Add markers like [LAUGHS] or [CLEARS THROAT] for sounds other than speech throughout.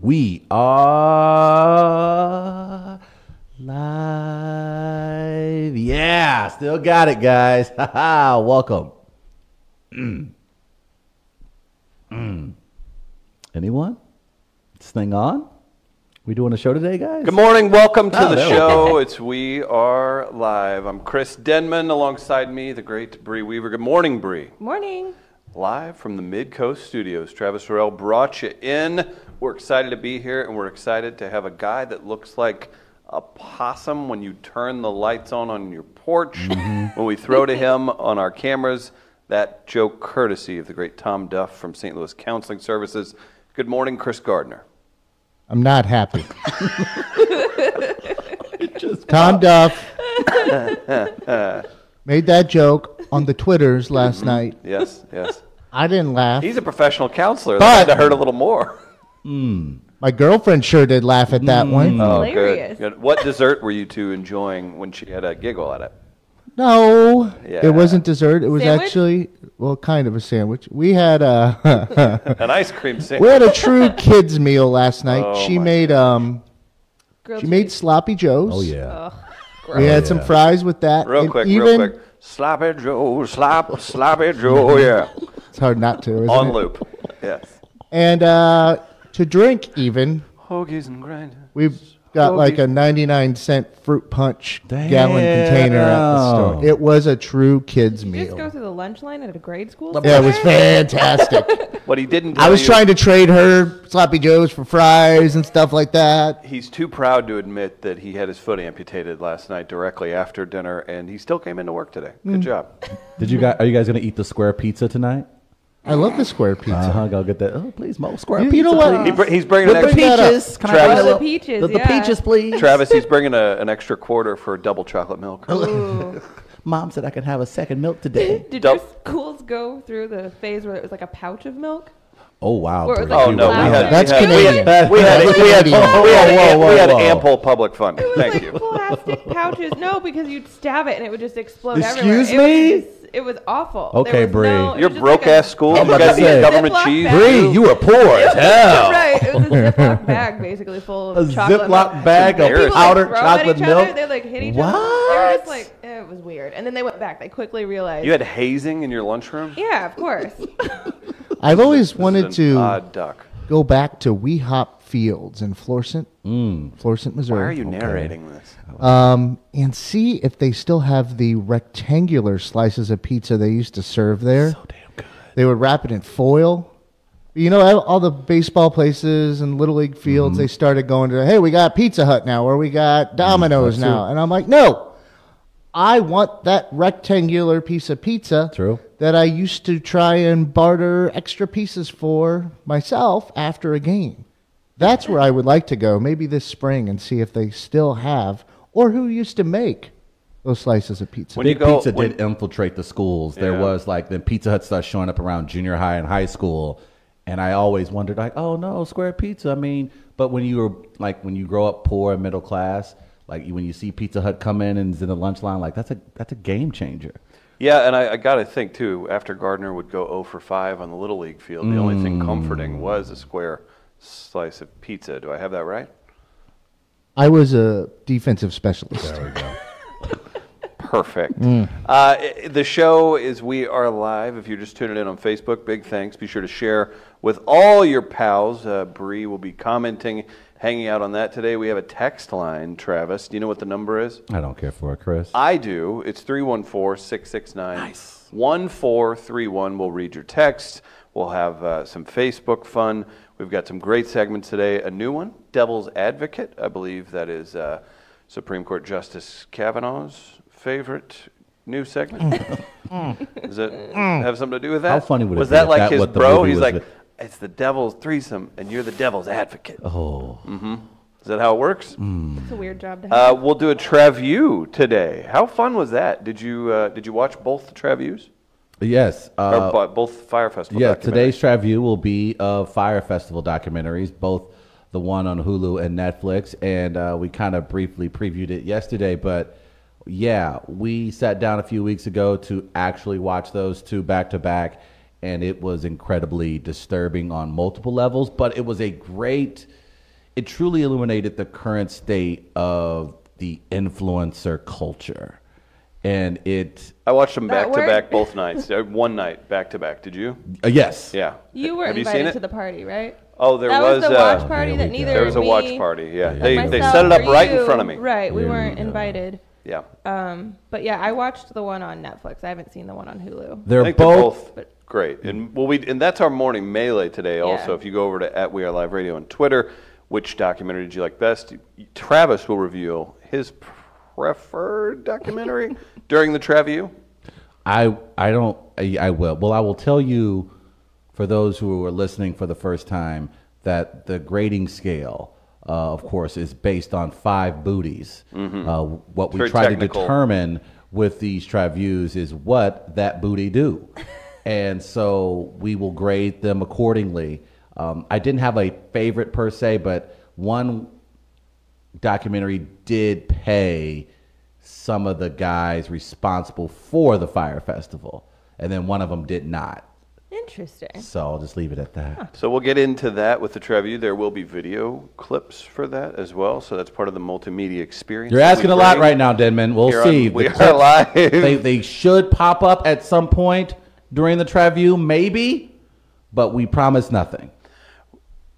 We are live. Yeah, still got it, guys. [LAUGHS] Haha, welcome. Mm. Mm. Anyone? This thing on? We doing a show today, guys? Good morning. Welcome to Oh, there the we show. It's We Are Live. I'm Chris Denman. Alongside me, the great Bree Weaver. Good morning, Bree. Morning. Live from the Mid Coast Studios. Travis Sorrell brought you in. We're excited to be here, and we're excited to have a guy that looks like a possum when you turn the lights on on your porch. When we throw to him on our cameras, that joke courtesy of the great Tom Duff from St. Louis Counseling Services. Good morning, Chris Gardner. I'm not [LAUGHS] happy. Tom Duff made that joke on the Twitters last night. Yes, yes. I didn't laugh. He's a professional counselor. That had But- to hurt a little more. My girlfriend sure did laugh at that Mm. one. Oh, Hilarious. good. good. What dessert were you two enjoying when she had a giggle at it? No, Yeah. it wasn't dessert. It was Sandwich? actually well, kind of a sandwich. We had a [LAUGHS] An ice cream we sandwich. had [LAUGHS] a true kids meal last night. Oh, she my made um Grilled she made cheese. sloppy joes. Oh, yeah. Oh, We had some yeah. fries with that. Real and quick, real even- quick. Sloppy Joe, slop, sloppy [LAUGHS] Joe, yeah. It's hard not to. Isn't On it? loop. Yes. And uh, to drink even Hoagies and grinders. We've got like a 99 cent fruit punch gallon container at the Damn. store. It was a true kids Did you just go meal. through the lunch line at a grade school? Yeah, [LAUGHS] it was somewhere? fantastic. What he didn't I was tell you- trying to trade her sloppy joes for fries and stuff like that. He's too proud to admit that he had his foot amputated last night directly after dinner, and he still came into work today. Mm. Good job. Did you guys? Are you guys gonna eat the square pizza tonight? I love the square pizza. Uh huh. Go get that. Oh, please, Mo. Square You- pizza. you know what? please. He br- he's bringing an With the extra. that up. peaches. Can I have Travis. a Oh, the little- peaches, The, the yeah. peaches, please. Travis, he's bringing a, an extra quarter for double chocolate milk. Oh, Ooh. Mom said I can have a second milk [LAUGHS] today. Did Dou- your schools go through the phase where it was like a pouch of milk? oh wow. Or it was Bree. like Oh no, we Wow. had That's we had, Canadian. We had, we had, That's we had, Canadian. we had, Whoa, whoa, we had whoa, whoa. ample public [LAUGHS] funding. It was Thank like you. [LAUGHS] plastic pouches. No, because you'd stab it and it would just explode Excuse everywhere. me? It was, just- it was awful. Okay, There was Bree. no- it Your was just broke like a- ass school, you about guys to eat say. government Ziploc cheese. bag. Bree, you were poor [LAUGHS] as hell. [LAUGHS] Right, it was a Ziploc bag basically full A of chocolate. milk. Ziploc bag That's of embarrassing. People, powdered like, throw 'em chocolate at each other, milk. They like hit each what? other. They were just like eh, it was weird. And then they went back. They quickly realized. You had hazing in your lunchroom. yeah, of [LAUGHS] course. I've always This is an wanted to odd duck. go back to We Hop Fields in Florissant, Florissant, Missouri. Mm. Why are you narrating this? Um, and see if they still have the rectangular slices of pizza they used to serve there. So damn good. They would wrap it in foil. You know, all- all the baseball places and little league fields, they started going to, hey, we got Pizza Hut now, or we got Domino's now. And I'm like, no, I want that rectangular piece of pizza True. that I used to try and barter extra pieces for myself after a game. That's where I would like to go, maybe this spring, and see if they still have or who used to make those slices of pizza. When you Big go- Pizza when- did infiltrate the schools. There Yeah. was like then Pizza Hut started showing up around junior high and high school, and I always wondered like, oh no, square pizza. I mean, but when you were like when you grow up poor and middle class, like when you see Pizza Hut come in and is in the lunch line, like that's a that's a game changer. Yeah, and I, I got to think too. After Gardner would go 0 for 5 on the little league field, the only thing comforting was a square slice of pizza. Do I have that right? I was a defensive specialist. Perfect. Uh, i- the show is We Are Live. If you're just tuning in on Facebook, big thanks. Be sure to share with all your pals. Uh, Bree will be commenting, hanging out on that today. We have a text line, Travis. Do you know what the number is? I don't care for it, Chris. I do. It's 314 669 1431. We'll read your text. We'll have uh, some Facebook fun. We've got some great segments today. A new one, Devil's Advocate. I believe that is uh, Supreme Court Justice Kavanaugh's favorite new segment. Does it have something to do with that? How funny would it Was be that if like that his what the bro? movie He's was like, with- it's the devil's threesome, and you're the devil's advocate. oh, Is that how it works? it's a weird job to have. Uh, we'll do a Trevu today. How fun was that? Did you uh, did you watch both the Trevus yes. or Uh, bo- both Fire Festival? Yeah, documentaries? today's review will be of Fire Festival documentaries, both the one on Hulu and Netflix, and uh, we kind of briefly previewed it yesterday. But yeah, we sat down a few weeks ago to actually watch those two back to back, and it was incredibly disturbing on multiple levels. But it was a great it truly illuminated the current state of the influencer culture, and it I watched them That back to back worked? both nights. Uh, One night back to back. Did you? uh, yes, Yeah. You were Have you invited seen it? to the party, right? Oh, there that was, the uh, watch party There that we go. neither there was a me watch party. Yeah. Yeah. They they myself set it up or right in you- front of me. Right, we There we weren't go. invited. Yeah. Um, but yeah, I watched the one on Netflix. I haven't seen the one on Hulu. I they're think both. they're both great. And well, we and that's our morning melee today. Also, Yeah. if you go over to at We Are Live Radio on Twitter, which documentary did you like best? Travis will reveal his preferred [LAUGHS] documentary during the Travu. I I don't I, I will. Well, I will tell you for those who are listening for the first time that the grading scale, uh, of course, is based on five booties. Uh, what we Mm-hmm. Very try technical. to determine with these triviews is what that booty [LAUGHS] do, and so we will grade them accordingly. Um, I didn't have a favorite per se, but one documentary did pay some of the guys responsible for the fire festival, and then one of them did not. Interesting. So I'll just leave it at that. So we'll get into that with the Travu. There will be video clips for that as well. So that's part of the multimedia experience. You're that we asking a lot bring. right now, Denman. We'll Here on see. We The Are clips, Live. [LAUGHS] They, they should pop up at some point during the Traview, maybe, but we promise nothing.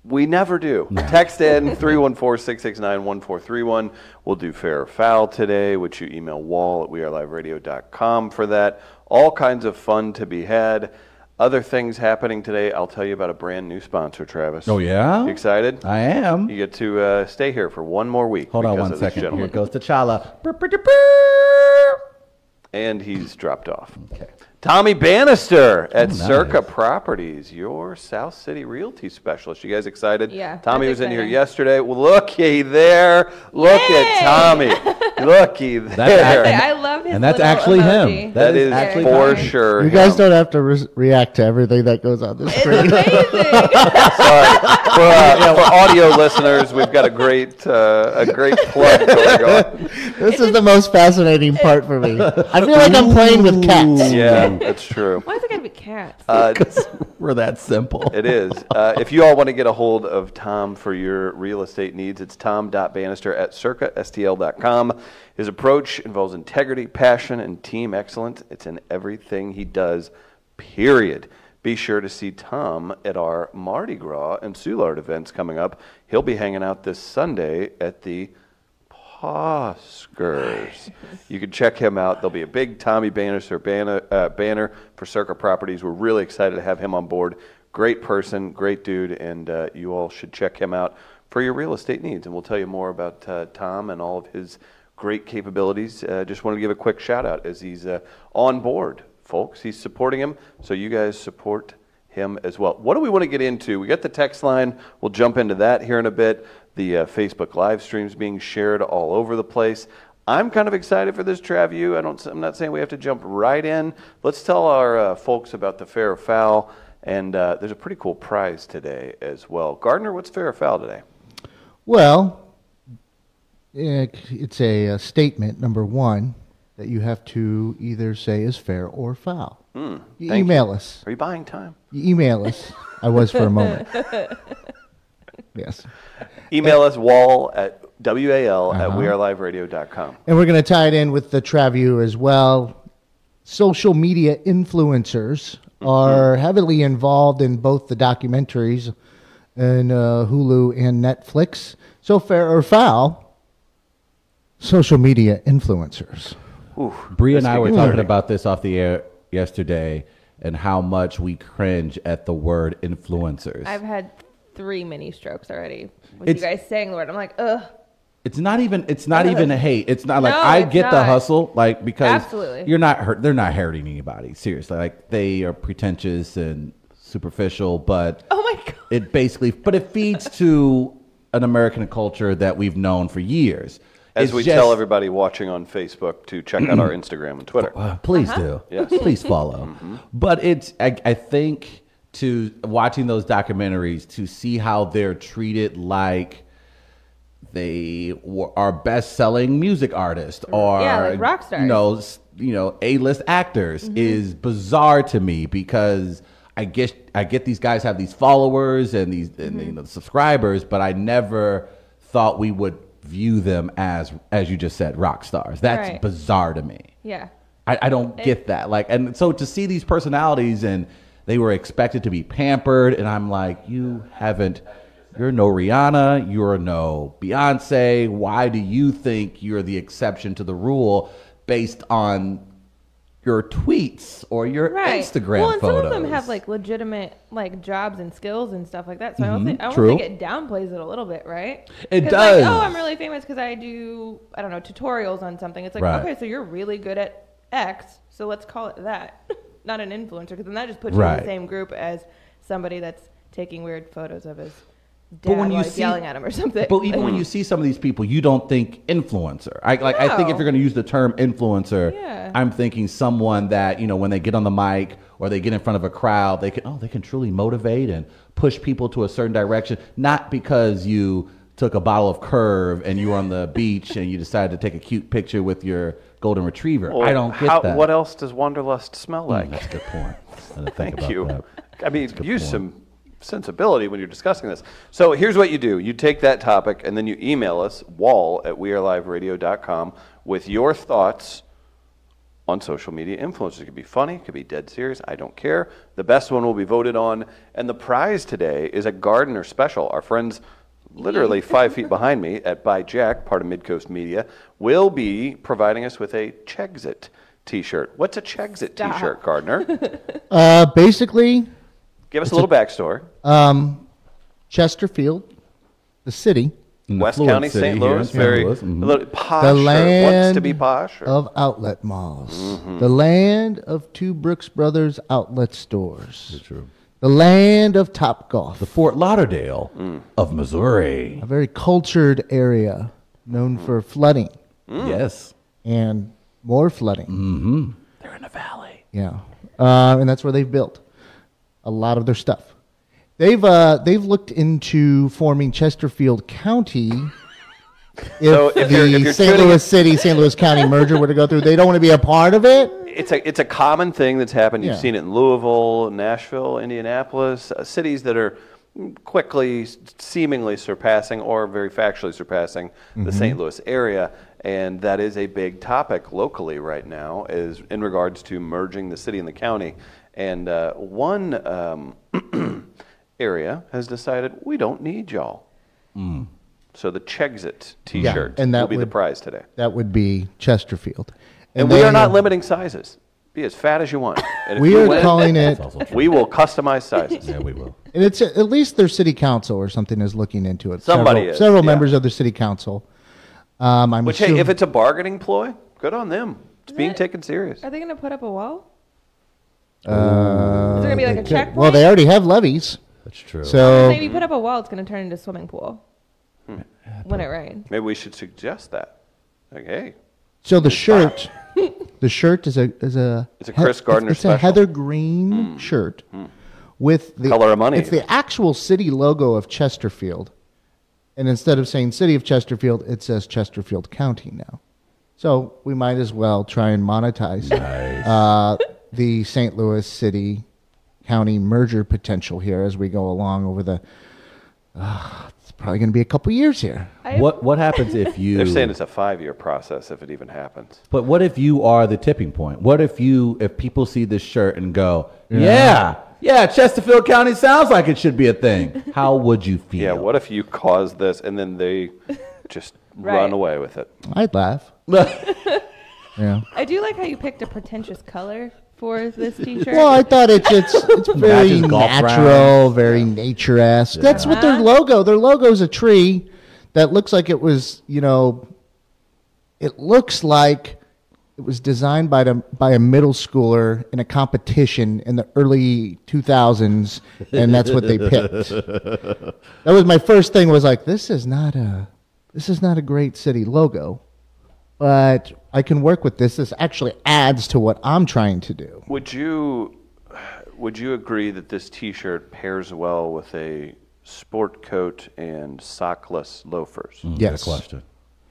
We never do. Text in [LAUGHS] 314-669-1431. We'll do fair or foul today, which you email wall at weareliveradio.com for that. All kinds of fun to be had. Other things happening today. I'll tell you about a brand new sponsor, Travis. Oh, yeah? You excited? I am. You get to uh, stay here for one more week. Hold on because one of this second. Here gentleman. goes T'Challa. Brr, brr, brr, brr. And he's dropped off. Okay. Tommy Bannister Oh, at nice. Circa Properties, your South City realty specialist. You guys excited? Yeah, Tommy was that's in here exciting. yesterday. Well, looky there. Look at Yay! Tommy. looky there. That's Say, And- I love his and that's little actually emoji. him. that that is is, actually for Tommy. sure. You guys him. don't have to re- react to everything that goes on the It's [LAUGHS] [LAUGHS] screen. [LAUGHS] amazing. Sorry. For, uh, for audio listeners, we've got a great uh, a great plug going on. This is the most fascinating part for me. I feel like I'm playing with cats. Yeah, that's true. Why is it gonna be cats? Uh, We're that simple. [LAUGHS] It is. Uh, if you all want to get a hold of Tom for your real estate needs, it's tom.bannister at circastl.com. His approach involves integrity, passion, and team excellence. It's in everything he does, period. Be sure to see Tom at our Mardi Gras and Soulard events coming up. He'll be hanging out this Sunday at the Poskers. You can check him out. There'll be a big Tommy Bannister banner, uh, banner for Circa Properties. We're really excited to have him on board. Great person, great dude, and uh, you all should check him out for your real estate needs. And we'll tell you more about uh, Tom and all of his great capabilities. Uh, just want to give a quick shout out as he's uh, on board, folks. He's supporting him, so you guys support him as well. What do we want to get into? We got the text line. We'll jump into that here in a bit. The uh, Facebook live streams being shared all over the place. I'm kind of excited for this Travu. I don't. I'm not saying we have to jump right in. Let's tell our uh, folks about the fair or foul. And uh, there's a pretty cool prize today as well. Gardner, what's fair or foul today? Well, eh, it's a, uh statement number one that you have to either say is fair or foul. you Hmm. thank email us. Are you buying time? You email us. I was for [LAUGHS] a moment. yes. Email us wall at wal at Uh-huh. weareliveradio.com. And we're going to tie it in with the Travu as well. Social media influencers Mm-hmm. are heavily involved in both the documentaries and uh, Hulu and Netflix. So fair or foul, social media influencers. Ooh, Bree this and I could were get talking dirty. about this off the air yesterday and how much we cringe at the word influencers. I've had three mini strokes already. With It's- you guys saying the word, I'm like, ugh. it's not even it's not Ugh. even a hate. It's not like No, I it's get the not. hustle like because Absolutely. you're not hurt they're not hurting anybody. Seriously. Like they are pretentious and superficial, but Oh my [LAUGHS] god. it basically but it feeds to an American culture that we've known for years. As It's we just- tell everybody watching on Facebook to check out our Instagram and Twitter. Uh, please Uh-huh. do. Yes. Please follow. But it's, I, I think, to watching those documentaries to see how they're treated like they were, are best-selling music artists or Yeah, like rock You stars. Mm-hmm. know, s- you know, A-list actors is bizarre to me because I guess I get these guys have these followers and these and, Mm-hmm. you know subscribers, but I never thought we would view them as as you just said rock stars. That's Right. bizarre to me. Yeah. I, I don't get that. Like, and so to see these personalities and they were expected to be pampered, and I'm like, you haven't. You're no Rihanna. You're no Beyonce. Why do you think you're the exception to the rule based on your tweets or your Right. Instagram Well, and photos? some of them have like legitimate like jobs and skills and stuff like that. So I Mhm. don't think I don't True. think it downplays it a little bit, right? It 'Cause, does. Like, oh, I'm really famous because I do I don't know tutorials on something. It's like Right. okay, so you're really good at X, so let's call it that, [LAUGHS] not an influencer, because then that just puts you in Right. the same group as somebody that's taking weird photos of his But dad when while you he's see- yelling at him or something. But even when you see some of these people, you don't think influencer. I like. I think if No. you're going to use the term influencer, Yeah. I'm thinking someone that you know when they get on the mic or they get in front of a crowd, they can oh they can truly motivate and push people to a certain direction. Not because you took a bottle of Curve and you were on [LAUGHS] the beach and you decided to take a cute picture with your golden retriever. Well, I don't get how- that. What else does wanderlust smell Mm, like? That's a good point. I didn't think [LAUGHS] Thank about you. that. [LAUGHS] I mean, good use point. some sensibility when you're discussing this. So here's what you do you take that topic and then you email us, wall at weareliveradio.com, with your thoughts on social media influencers. It could be funny, it could be dead serious, I don't care. The best one will be voted on. And the prize today is a gardener special. Our friends, literally five feet behind me at By Jack, part of Midcoast Media, will be providing us with a Chexit t shirt. What's a Chexit Stop. t shirt, Gardner? Uh, basically, Give us a little backstory. um, Chesterfield, the city In the West Fluid County, City St. here in Louis, St. very Louis, mhm. a little posh. the or wants land to be Mm-hmm. posh. or- of outlet malls, the land of two Brooks Brothers outlet stores, True. the land of Top Golf, The Fort Lauderdale Mm. of Missouri. a very cultured area known for flooding Mm. Yes. and more flooding. Mm-hmm. They're in the valley. Yeah, uh, and that's where they've built a lot of their stuff. They've uh, they've looked into forming [LAUGHS] Chesterfield County. If So if the you're- if you're St. tuning- Louis City, St. Louis County merger were to go through, they don't want to be a part of it. it's a it's a common thing that's happened. You've Yeah. seen it in Louisville, Nashville, Indianapolis, uh, cities that are quickly, s- seemingly surpassing or very factually surpassing Mm-hmm. the St. Louis area, and that is a big topic locally right now, is in regards to merging the city and the county. And uh, one um, [CLEARS THROAT] area has decided we don't need y'all. So the Chexit T-shirt Mm. and that will be the would- prize today. That would be Chesterfield. And we they- are not limiting sizes. Be as fat as you [LAUGHS] want. And if We you are win, calling it, That's also true. We will customize [LAUGHS] sizes. yeah, we will. and it's at least their city council or something is looking into it. Somebody several, is, several yeah. members of the city council. Um, I'm Which, assuming, hey, if it's a bargaining ploy, good on them. It's being it- taken serious. [LAUGHS] Are they going to put up a wall? uh, Uh, Is there gonna be like they a could- checkpoint? Well, they already have levies, That's true. so Maybe put up a wall. It's going to turn into a swimming pool Hmm. when it rains. Maybe we should suggest that. Like, hey, So the shirt, the shirt is a is a It's a Chris Gardner It's, special. Hmm. a heather green shirt with the Color of money. It's the actual city logo of Chesterfield, and instead of saying city of Chesterfield, it says Chesterfield County now. So we might as well try and monetize uh, the St. Louis city county merger potential here as we go along over the. ah, it's probably going to be a couple years here. I- what what happens if you? they're saying it's a five year process if it even happens. but what if you are the tipping point? What if you if people see this shirt and go, yeah, yeah, Chesterfield County sounds like it should be a thing. How would you feel? [LAUGHS] [LAUGHS] Yeah, what if you cause this and then they just run Right. away with it? I'd laugh. Yeah. I do like how you picked a pretentious color [LAUGHS] for this T-shirt. Well, I thought it's it's it's very Matches golf natural, very nature esque. That's what their Uh-huh. logo. Their logo's a tree that looks like it was, you know, it looks like it was designed by the, by a middle schooler in a competition in the early 2000s, and that's what they picked. that was my first thing. Was like, this is not a this is not a great city logo, but I can work with this. This actually adds to what I'm trying to do. Would you would you agree that this T-shirt pairs well with a sport coat and sockless loafers? Mm, good Yes. question.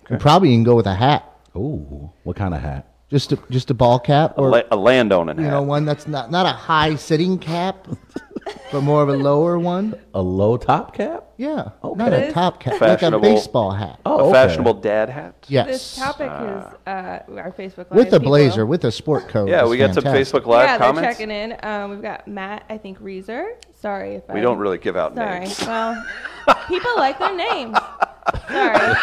And probably you can go with a hat. Ooh, what kind of hat? Just a, just a ball cap A, or la- a landowning you know hat. one that's not not a high sitting cap, but more of a lower one. A low top cap? Yeah, not Okay. a top cap, like a Fashionable. baseball hat. Oh, a okay. fashionable dad hat. yes, This topic is uh, our Facebook live with a people. blazer, with a sport coat. Yeah, is we got fantastic. some Facebook Live yeah, comments. they're checking in. Um, we've got Matt, I think Reeser. Sorry if We I, don't really give out Sorry. names. Well, people like their names. [LAUGHS] Sorry.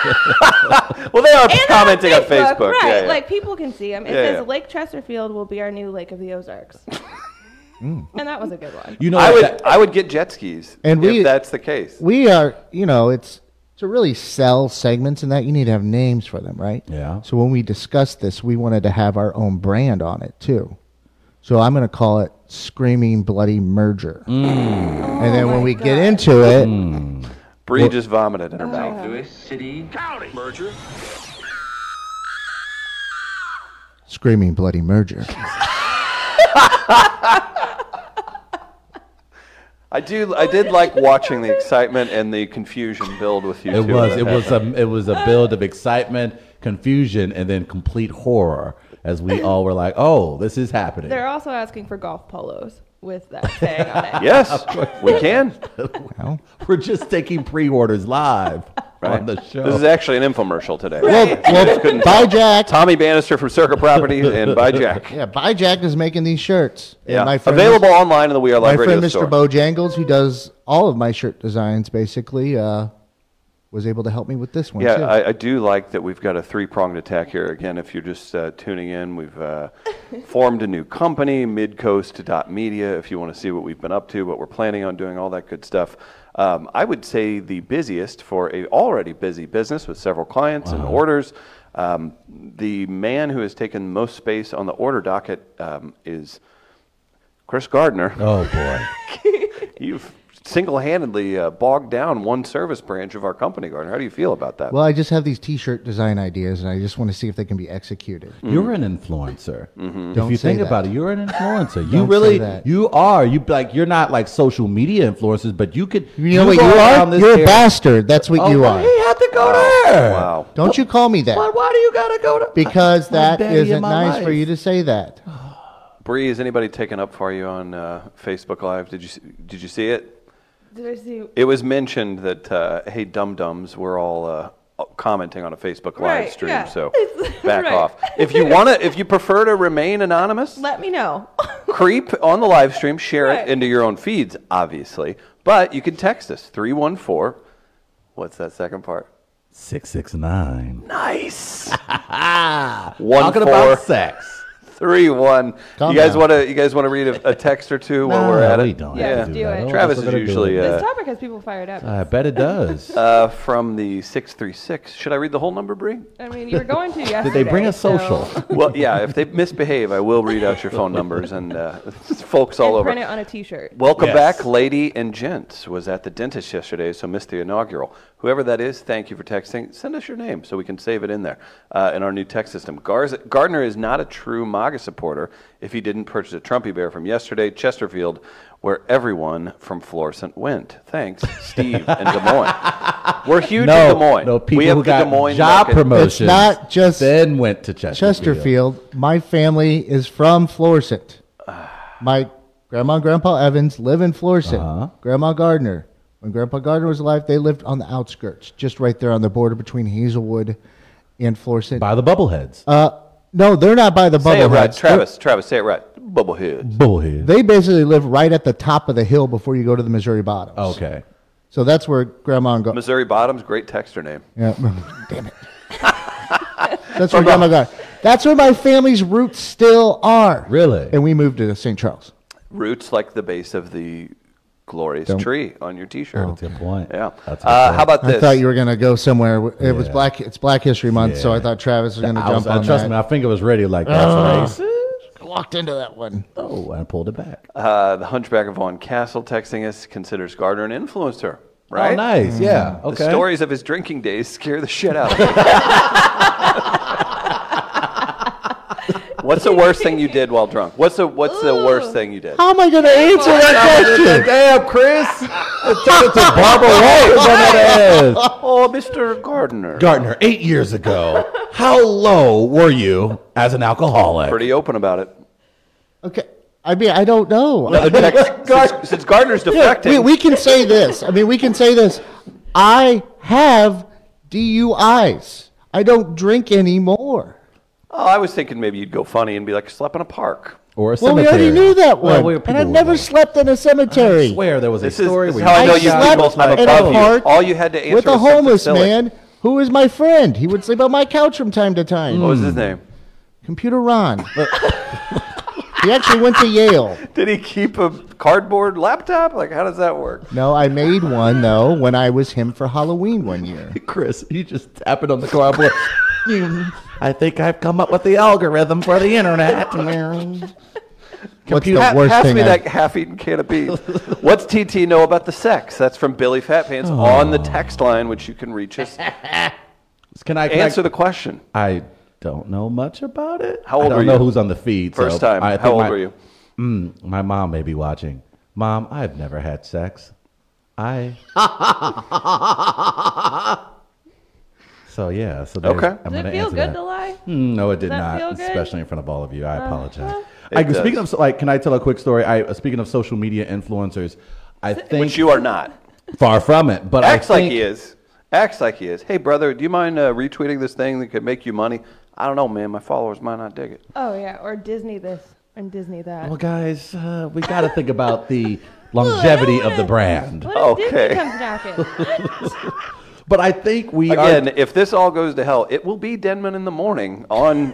Well, they are And they're commenting on Facebook. right? Yeah, yeah. Like people can see them. It Yeah, says yeah. Lake Chesterfield will be our new Lake of the Ozarks. [LAUGHS] Hmm. And that was a good one. You know, I what would that- I would get jet skis And if we- that's the case. We are, you know, it's to really sell segments and that you need to have names for them, right? Yeah. So when we discussed this, we wanted to have our own brand on it too. So I'm going to call it "Screaming Bloody Merger," Mm. and then Oh when my we God. get into it, Bree just vomited in Oh. her Oh. mouth. Louis City County merger. "Screaming [LAUGHS] Bloody Merger." I do. I did like watching the excitement and the confusion build with you. It two was when it that was happened. a it was a build of excitement, confusion, and then complete horror as we all were like, "Oh, this is happening." They're also asking for golf polos with that saying [LAUGHS] on it. yes. We can. we're just taking pre-orders [LAUGHS] live on the show. This is actually an infomercial today. well, well, Bye Jack. Tommy Bannister from Circa Properties and by Jack. Yeah, Bye Jack is making these shirts. And Yeah. my friend, Available online in the We Are My Live Radio friend Mr. store. Bojangles, who does all of my shirt designs, basically, uh, was able to help me with this one too. Yeah, I, I do like that we've got a three pronged attack here. Again, if you're just uh, tuning in, we've uh, formed a new company, midcoast.media, if you want to see what we've been up to, what we're planning on doing, all that good stuff. Um, I would say the busiest for a already busy business with several clients and orders. Um, the man who has taken most space on the order docket um, is Chris Gardner. oh boy, You've single handedly uh, bogged down one service branch of our company, Gardner. How do you feel about that? Well, I just have these T-shirt design ideas, and I just want to see if they can be executed. you're an influencer. If Mm-hmm. Don't you say think that. about it, you're an [LAUGHS] influencer. Don't you say really that. you are. You like you're not like social media influencers, but you could You know what go you around are? this You're a area- bastard. That's what Oh, you why are. do You have to go there. wow. Don't you call me Why, that why do you gotta go to? [LAUGHS] because My that daddy in isn't my nice for life. you to say that. Bree, is anybody taking up for you on uh, Facebook Live? Did you s- did you see it? Did I see? It was mentioned that uh, hey, dum dums, we're all uh, commenting on a Facebook live Right, stream, yeah. so [LAUGHS] It's- back right. off. If you wanna, if you prefer to remain anonymous, Let me know. [LAUGHS] creep on the live stream, share Right. it into your own feeds, obviously. But you can text us three one four. What's that second part? Six six nine. Nice. [LAUGHS] [LAUGHS] One Talking four about sex. three one. Calm you guys down. want to? You guys want to read a, a text or two while No, we're at we it? don't Yeah, have let's to do it. that. Travis We're is gonna do usually, it. uh, this topic has people fired up. I bet it [LAUGHS] does. Uh, from the 636. Should I read the whole number, Bree? I mean, you were going to yesterday. [LAUGHS] Did they bring a [LAUGHS] social? so- Well, yeah, if they misbehave, I will read out your phone numbers and uh, [LAUGHS] folks all and over. print it on a T-shirt. Welcome Yes. back, lady and gents. Was at the dentist yesterday, so missed the inaugural. Whoever that is, thank you for texting. Send us your name so we can save it in there uh, in our new text system. Garza, Gardner is not a true MAGA supporter if he didn't purchase a Trumpy bear from yesterday, Chesterfield, where everyone from Florissant went. Thanks, Steve in Des [LAUGHS] Moines. We're huge in Des Moines. no, people we have who the got Des Moines job market. promotions. It's not just then went to Chesterfield. Chesterfield. My family is from Florissant. My grandma and grandpa Evans live in Florissant. Grandma Gardner. When Grandpa Gardner was alive, they lived on the outskirts, just right there on the border between Hazelwood and Florissant. by the bubbleheads. Uh, no, they're not by the Say it right, bubbleheads. They're- Travis. Travis, say it right. Bubblehead. Bubbleheads. They basically live right at the top of the hill before you go to the Missouri Bottoms. Oh, okay. So that's where Grandma and go. Missouri Bottoms, great texter name. Yeah. [LAUGHS] [LAUGHS] Damn it. That's where Grandma got. That's where my family's roots still are. Really? And we moved to St. Charles. Roots like the base of the glorious tree on your T-shirt. That's a good point. Yeah. Oh, That's a good Uh, point. how about this? I thought you were gonna go somewhere. w- It was Yeah. black. It's Black History Month, so I Yeah. thought Travis was gonna I was, jump on I, trust that. Uh. me, my finger was ready like that's racist. I walked into that one. Oh, and I pulled it back. uh, the Hunchback of Vaughn Castle texting us considers Gardner an influencer. Right. Oh, nice. Yeah. Mm. The Okay. stories of his drinking days scare the shit [LAUGHS] out of me. What's the worst thing you did while drunk? What's the What's the worst thing you did? How am I gonna answer that [LAUGHS] [LAUGHS] question? Damn, Chris. It took it to Barbara Walters on that ass. Oh, Mr. Gardner. Gardner, eight years ago, how low were you as an alcoholic? Pretty open [LAUGHS] about it. Okay. I mean, I don't know. [LAUGHS] Uh, text- since, since Gardner's defecting, we, we can say this. I mean, we can say this. I have DUIs. I don't drink anymore. oh, I was thinking maybe you'd go funny and be like, slept in a park. or a Well, we cemetery? already knew that Well, one. we- and people I've were never wrong. slept in a I cemetery. swear there was This a is, story this is where how I know you you slept people I'm in a above you. park All you had to answer with a was something homeless silly. man who is my friend. He would sleep on my couch from time to time. Mm. What was Hmm. his name? Computer Ron. he actually went to Yale. Did he keep a cardboard laptop? Like, how does that work? No, I made one though when I was him for Halloween one year. Chris, you just tapping on the cardboard. [LAUGHS] You- I think I've come up with the algorithm for the internet. [LAUGHS] What's the Pa- worst pass thing? me I- that half-eaten can [LAUGHS] of beans. What's TT know about the sex? That's from Billy Fat Pants Oh. on the text line, which you can [LAUGHS] reach us. Can I can I- Answer the question. I don't know much about it. How old I don't were know you? who's on the feed. so First time. I think How old my- were you? Mm, my mom may be watching. Mom, I've never had sex. I. so yeah. So there- Okay. I'm Does gonna it feel answer good that. to lie? Mm, No, it did that not, feel good? Uh-huh. especially in front of all of you. I apologize. It I, speaking does. of like, can I tell a quick story? I speaking of social media influencers, I think Which you are not. far from it, but Acts I like think he is. Acts like he is. Hey, brother, do you mind uh, retweeting this thing that could make you money? I don't know, man. My followers might not dig it. Oh yeah, or Disney this and Disney that. Well, guys, uh, we got to think about [LAUGHS] the longevity of the brand. What if Okay. Disney comes [LAUGHS] knocking? But I think we Again, are. if this all goes to hell, it will be Denman in the morning on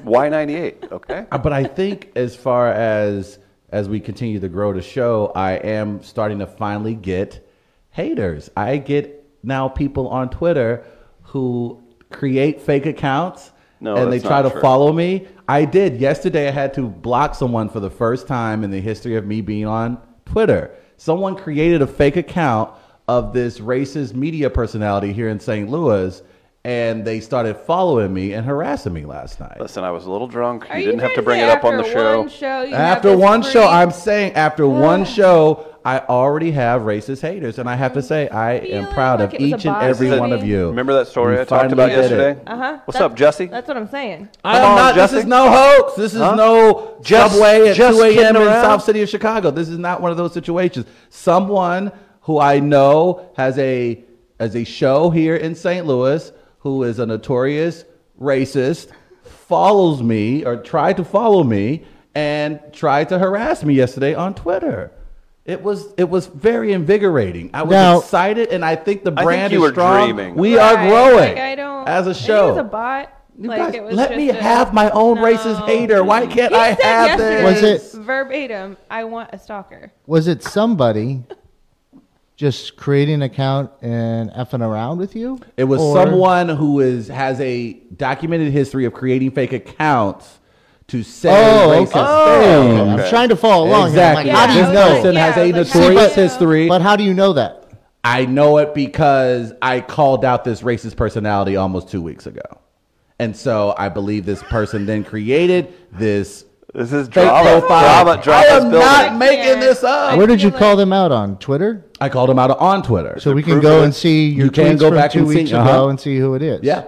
[LAUGHS] Y98. Okay. Uh, but I think as far as as we continue to grow the show, I am starting to finally get haters. I get now people on Twitter who create fake accounts No, and they that's try not to true. follow me. I did yesterday. I had to block someone for the first time in the history of me being on Twitter. Someone created a fake account of this racist media personality here in St. Louis. And they started following me and harassing me last night. Listen, I was a little drunk. Are you didn't have trying to bring say it up on the after show. One show you have After this one show, free- I'm saying after one show, I already have racist haters, and I have to say I am Feeling proud like of it was a each and box every thing. one of you. Remember that story We I talked finally about did it. yesterday? Uh-huh. What's That's- up, Jesse? That's what I'm saying. I Come am on, not. This Jesse. is no hoax. This is Huh? no Just- subway at just 2 a.m. in kidding around? South City of Chicago. This is not one of those situations. Someone who I know has a has a show here in St. Louis who is a notorious racist follows me or tried to follow me and tried to harass me yesterday on Twitter. It was it was very invigorating. I was Now- excited, and I think the think brand you is were strong. dreaming. We Right, are growing like, I don't, as I a think show. It was a bot. You like, guys, it was let just me a- have my own racist No. hater. Why can't He I said have yesterday, this? this? verbatim? I want a stalker. Was it somebody just creating an account and effing around with you? It was Or- someone who is has a documented history of creating fake accounts to say Oh, racist okay. Oh, okay. things. I'm trying to follow along. here. I'm Exactly. like, Yeah, how do this you I was know? person Yeah, has I a was like, how notorious do you know? history. But how do you know that? I know it because I called out this racist personality almost two weeks ago. And so I believe this person then created this This is fake drama. profile. Drama. I Drama's am building. not I making can't. this up. Where did feel you call like- them out on Twitter? I called him out on Twitter. So we can proof go of and it? see your You can tweets go from back two and see- weeks ago uh-huh. and see who it is. Yeah.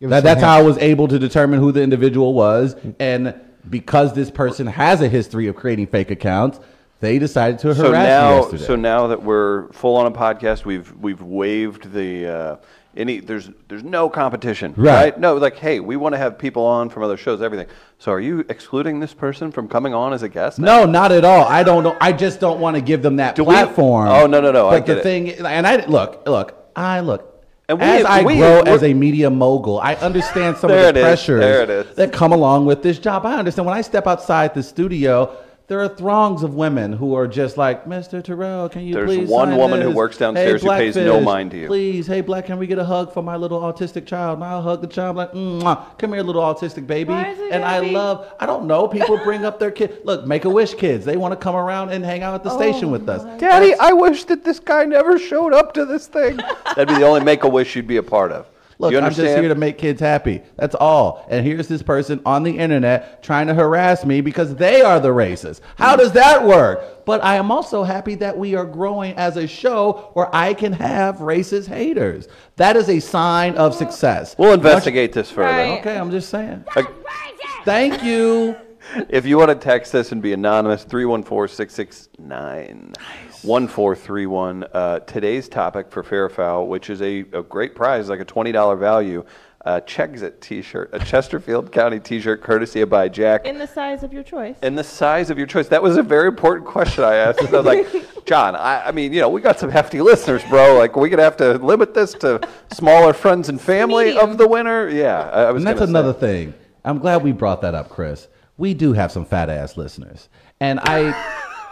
Give That, us some that's how I hints. was able to determine who the individual was. And because this person has a history of creating fake accounts, they decided to harass So now, me yesterday. so now that we're full on a podcast, we've we've waived the uh, any. There's there's no competition, Right. No, like hey, we want to have people on from other shows, everything. So are you excluding this person from coming on as a guest? no, not at all. I don't know. I just don't want to give them that Do we- platform. Oh, no, no, no, I But the get it. thing, and I look, look, I look. And we- as I we- grow we're- as a media mogul, I understand some There of it the is, pressures there it is. that come along with this job. I understand when I step outside the studio, there are throngs of women who are just like, Mr. Terrell, can you There's please one sign woman who this? works downstairs hey, who pays no Blackfish, mind to you." Please, hey, Black, can we get a hug for my little autistic child? And I'll hug the child. like, "Mm, "Mwah. come here, little autistic baby. Why is it and gotta I be- love, I don't know, people bring up their kids. Look, make a wish kids. They want to come around and hang out at the station with us. [LAUGHS] Daddy, I wish that this guy never showed up to this thing. That'd be the only make a wish you'd be a part of. Look, You I'm just understand? here to make kids happy. That's all. And here's this person on the internet trying to harass me because they are the racist. How does that work? But I am also happy that we are growing as a show where I can have racist haters. That is a sign of success. We'll investigate this further. Right. Okay, I'm just saying. Okay. Thank you. If you want to text us and be anonymous, 314-669-1431. Uh, today's topic for Fair Foul, which is a, a great prize, like a $20 value, a Chexit t-shirt, a Chesterfield County t-shirt, courtesy of By Jack. In the size of your choice. and the size of your choice. That was a very important question I asked. I was like, John, I, I mean, you know, we got some hefty listeners, bro. Like, we're gonna have to limit this to smaller friends and family Medium. of the winner. Yeah, I, I was. And that's gonna say. another thing. I'm glad we brought that up, Chris. We do have some fat ass listeners. And I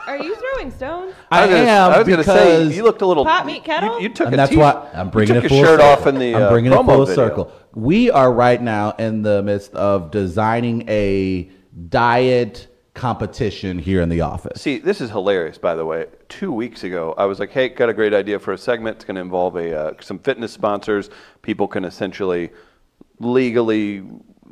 Are you throwing stones? I, was gonna, am [LAUGHS] I was gonna because say you looked a little Pot meat kettle? You, you took and a that's t- why I'm bringing you took it your full shirt circle. off in the I'm uh, bringing it promo full video. circle. We are right now in the midst of designing a diet competition here in the office. See, this is hilarious, by the way. Two weeks ago, I was like, hey, got a great idea for a segment. It's going to involve a, uh, some fitness sponsors. People can essentially legally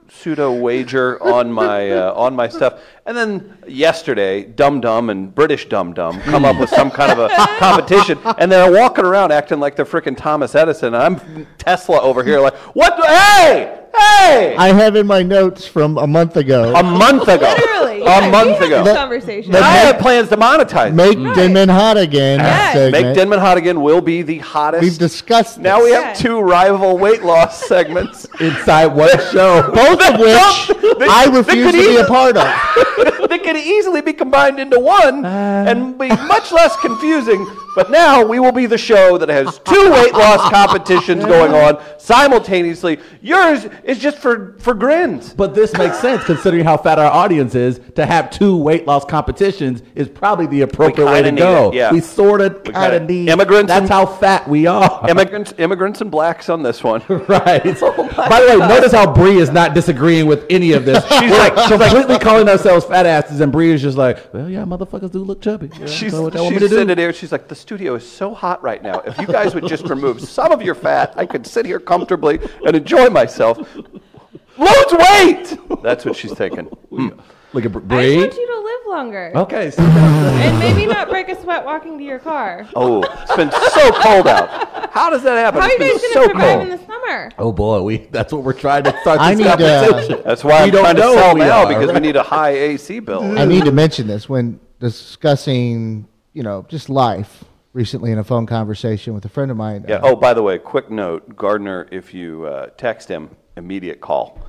pseudo [LAUGHS] wager on my uh, on my stuff. And then yesterday, Dum Dum and British Dum Dum come up with some kind of a [LAUGHS] competition, and they're walking around acting like they're freaking Thomas Edison. And I'm Tesla over here, like, what? The, hey, hey! I have in my notes from a month ago. a month ago, Literally. Oh. a yeah, we month had ago. This conversation. I That- have plans to monetize. Make Right. Denman hot again. Mm. Yes. segment. Make Denman hot again will be the hottest. We've discussed this. now we have Yes. two rival weight loss [LAUGHS] segments. Inside [LAUGHS] what show? both [LAUGHS] of which They- I they could refuse to be either- a part of. that could easily be combined into one Uh. and be much less confusing. But now we will be the show that has two weight loss [LAUGHS] competitions going on simultaneously. Yours is just for, for grins. But this makes sense considering how fat our audience is. To have two weight loss competitions is probably the appropriate way kinda to need go. it, yeah. We sort of We kind kinda- of need Immigrants That's and- how fat we [LAUGHS] are. Immigrants, immigrants and blacks on this one. [LAUGHS] Right. By the way, notice how Bree is not disagreeing with any of this. She's like uh, completely calling ourselves fat asses, and Bree is just like, "Well, yeah, motherfuckers do look chubby." Yeah, She's, so what y'all want me she's to do? sitting here. She's like, the studio is so hot right now. If you guys would just [LAUGHS] remove some of your fat, I could sit here comfortably and enjoy myself. Lose weight. That's what she's thinking. Hmm. Look at I just Bree. want you to live longer. Okay. So And maybe not break a sweat walking to your car. Oh, it's been so cold out. How does that happen? How are It's you been guys going to so survive cold. in the summer? oh boy, we that's what we're trying to start I this need, uh, conversation. That's why We I'm don't trying to know sell we now are, because we right? need a high AC bill. I need to mention this when discussing, you know, just life recently in a phone conversation with a friend of mine. Yeah. Oh, by the way, quick note, Gardner. If you uh, text him, immediate call.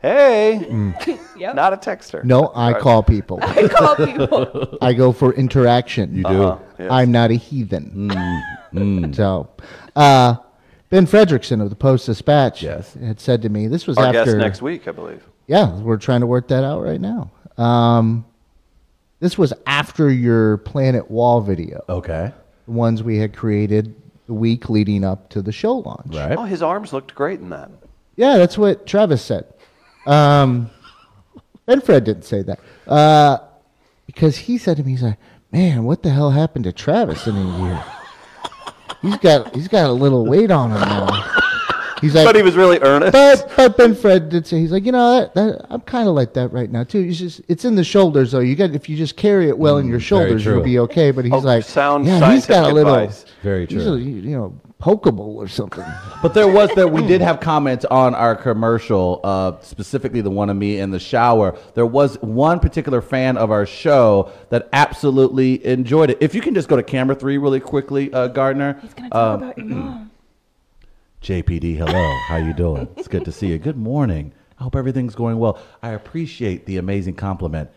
Hey, Mm. Yep. not a texter. No, I [LAUGHS] call people. I call people. I go for interaction. You do. yes. I'm not a heathen. [LAUGHS] So, uh, Ben Fredrickson of the Post Dispatch Yes. had said to me, "This was Our after guest next week, I believe. yeah, we're trying to work that out right now. Um, this was after your Planet Wall video, Okay. the ones we had created the week leading up to the show launch. Right. Oh, his arms looked great in that. Yeah, that's what Travis said. Um, and Fred didn't say that uh, because he said to me, "He's like, man, what the hell happened to Travis in a year? He's got he's got a little weight on him now." He's like, But he was really earnest. [LAUGHS] but but Ben Fred did say he's like, you know, that, that, I'm kind of like that right now too. He's just it's in the shoulders though. You got if you just carry it well in your shoulders, Mm, true. you'll be okay. But he's Oh, like, sound yeah, he's got a scientific little, advice. Very he's true. a- you know, pokeable or something. But there was that we did have comments on our commercial, uh, specifically the one of me in the shower. There was one particular fan of our show that absolutely enjoyed it. If you can just go to camera three really quickly, uh, Gardner. [LAUGHS] He's going to Um, talk about your mom. JPD, hello. How you doing? It's good to see you. Good morning. I hope everything's going well. I appreciate the amazing compliment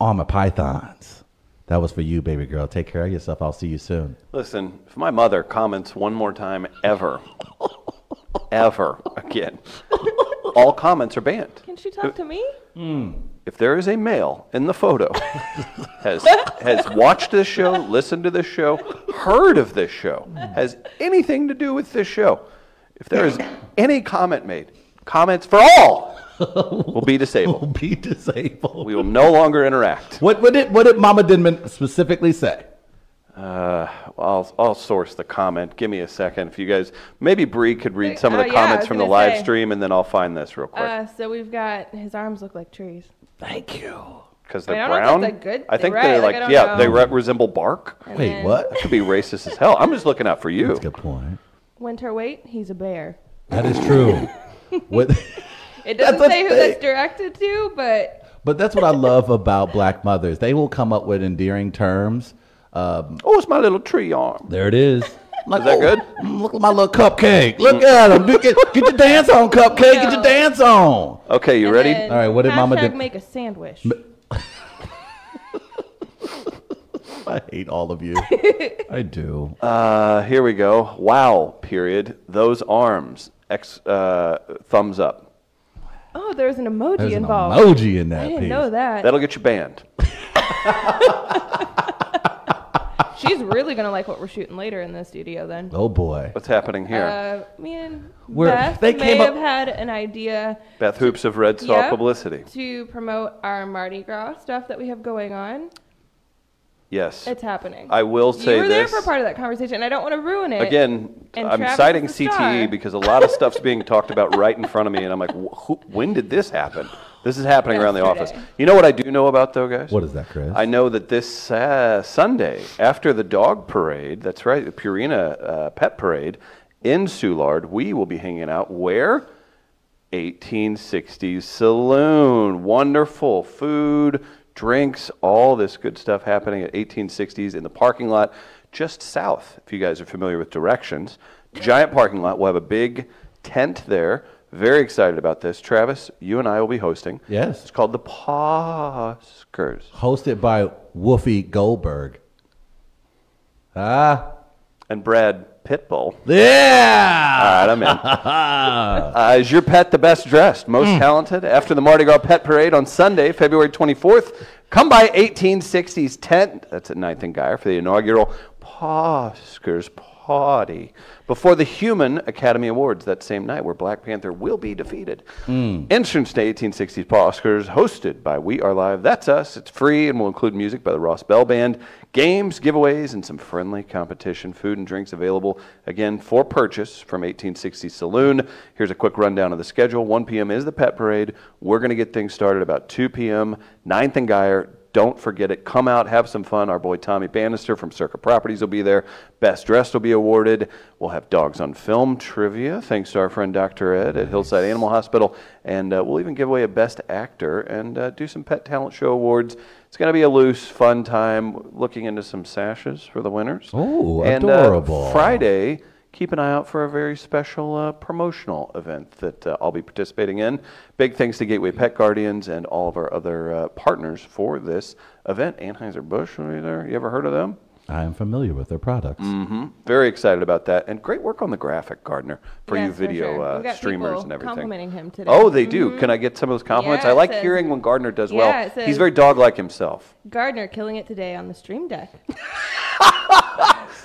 on my pythons. That was for you, baby girl. Take care of yourself. I'll see you soon. Listen, if my mother comments one more time ever, ever again, all comments are banned. Can she talk to me? If there is a male in the photo has has watched this show, listened to this show, heard of this show, has anything to do with this show, if there is any comment made, comments for all will be disabled. Be [LAUGHS] disabled. We will no longer interact. What, what did what did Mama Denman specifically say? Uh, I'll, I'll source the comment. Give me a second. If you guys, maybe Bree could read some of Uh, the yeah, I comments was from the gonna live say. stream, and then I'll find this real quick Uh, so we've got his arms look like trees. Thank you. because I mean, they're I don't know brown. if that's a good I think thing, they're right? Like, like, I don't yeah, know. they re- resemble bark. And Wait, then [LAUGHS] what? That could be racist as hell. I'm just looking out for you. That's a good point. Winter weight. He's a bear. That is true. what? [LAUGHS] It That's doesn't a say who that's thing. directed to, but But that's what I love about black mothers. They will come up with endearing terms. Um, Oh, it's my little tree arm. there it is. I'm like, Is that "Oh, good?" Mm. mm, Look at my little cupcake. Look at him. Get, get your dance on, cupcake. Get your No. dance on. Okay, you and ready? then All right, what did Mama hashtag do? Make a sandwich. I hate all [LAUGHS] of you. I do. Uh, here we go. Wow. Period. Those arms. X. Uh, thumbs up. Oh, there's an emoji There's an involved. emoji in that I piece. didn't know that. That'll get you banned. She's really gonna like what we're shooting later in the studio. Then Oh boy. What's happening here? uh, me and We're- Beth they may came up- have had an idea Beth Hoops of Red Saw yeah. Publicity. to promote our Mardi Gras stuff that we have going on. Yes. It's happening. I will say you were this. there for part of that conversation. and I don't want to ruin it. Again, And I'm Travis citing is the star. CTE because a lot of stuff's being talked about right in front of me, and I'm like, "Wh- who, when did this happen? This is happening around the office. Yesterday. You know what I do know about, though, guys? What is that, Chris? I know that this uh, Sunday, after the dog parade, that's right, the Purina uh, pet parade in Soulard, we will be hanging out where? 1860s Saloon. Wonderful food, drinks, all this good stuff happening at 1860s in the parking lot just south, if you guys are familiar with directions. Giant parking lot. We'll have a big tent there. Very excited about this. Travis, you and I will be hosting. Yes. It's called the Paskers. Hosted by Woofy Goldberg. Ah. and Brad Pitbull. Yeah. [LAUGHS] All [LAUGHS] right, I'm in. uh, is your pet the best dressed, most talented? After the Mardi Gras Pet Parade on Sunday, February 24th, come by 1860s tent. That's at 9th and Guyer for the inaugural Paskers Party before the Human Academy Awards that same night, where Black Panther will be defeated. Entrance to 1860s Paskers, hosted by We Are Live. That's us. It's free and will include music by the Ross Bell Band, games, giveaways, and some friendly competition. Food and drinks available again for purchase from 1860 Saloon. Here's a quick rundown of the schedule 1 p.m. is the pet parade. We're going to get things started about 2 p.m. 9th and Guyer. Don't forget it. Come out, have some fun. Our boy Tommy Bannister from Circa Properties will be there. Best Dressed will be awarded. We'll have Dogs on Film trivia, thanks to our friend Dr. Ed at Hillside Animal Hospital. And uh, we'll even give away a Best Actor and uh, do some Pet Talent Show awards. It's going to be a loose, fun time looking into some sashes for the winners. Ooh, and, uh, adorable. Friday, keep an eye out for a very special uh, promotional event that uh, I'll be participating in. Big thanks to Gateway Pet Guardians and all of our other uh, partners for this event. Anheuser-Busch will be there. You ever heard of them? I am familiar with their products. Mm. Very excited about that. And great work on the graphic, Gardner, for you Yes, for video sure. uh, We've got streamers people and everything. complimenting him today. Mm-hmm. Oh, they do. Can I get some of those compliments? Yeah, I it like says- hearing when Gardner does Yeah, well. it He's says- very dog-like himself. Gardner killing it today on the stream deck.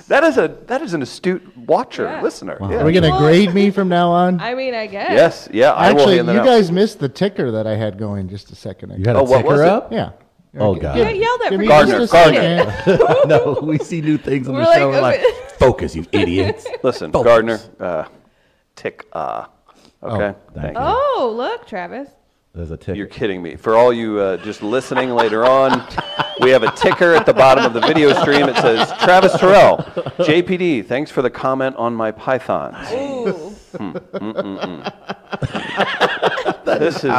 That is a that is an astute watcher, Yeah. listener. Are we Yeah. [LAUGHS] gonna grade me from now on? I mean, I guess. Yes, yeah, I will Actually, you hand that out. guys missed the ticker that I had going just a second ago. You had Oh, a what was ticker it? up? [LAUGHS] yeah. Oh, Give- God. give- I yelled at for give me you. Gardner, just a second. [LAUGHS] Gardner. no, we see new things on the We're like, show. We're like, okay. [LAUGHS] focus, you idiots. Listen, Oh. Focus. Gardner, uh, tick uh. Okay, thank thank you. you. Oh, look, Travis. There's a ticker. You're kidding me. For all you uh, just listening later on, we have a ticker at the bottom of the video stream. It says Travis Terrell, JPD. Thanks for the comment on my pythons. Ooh. This is the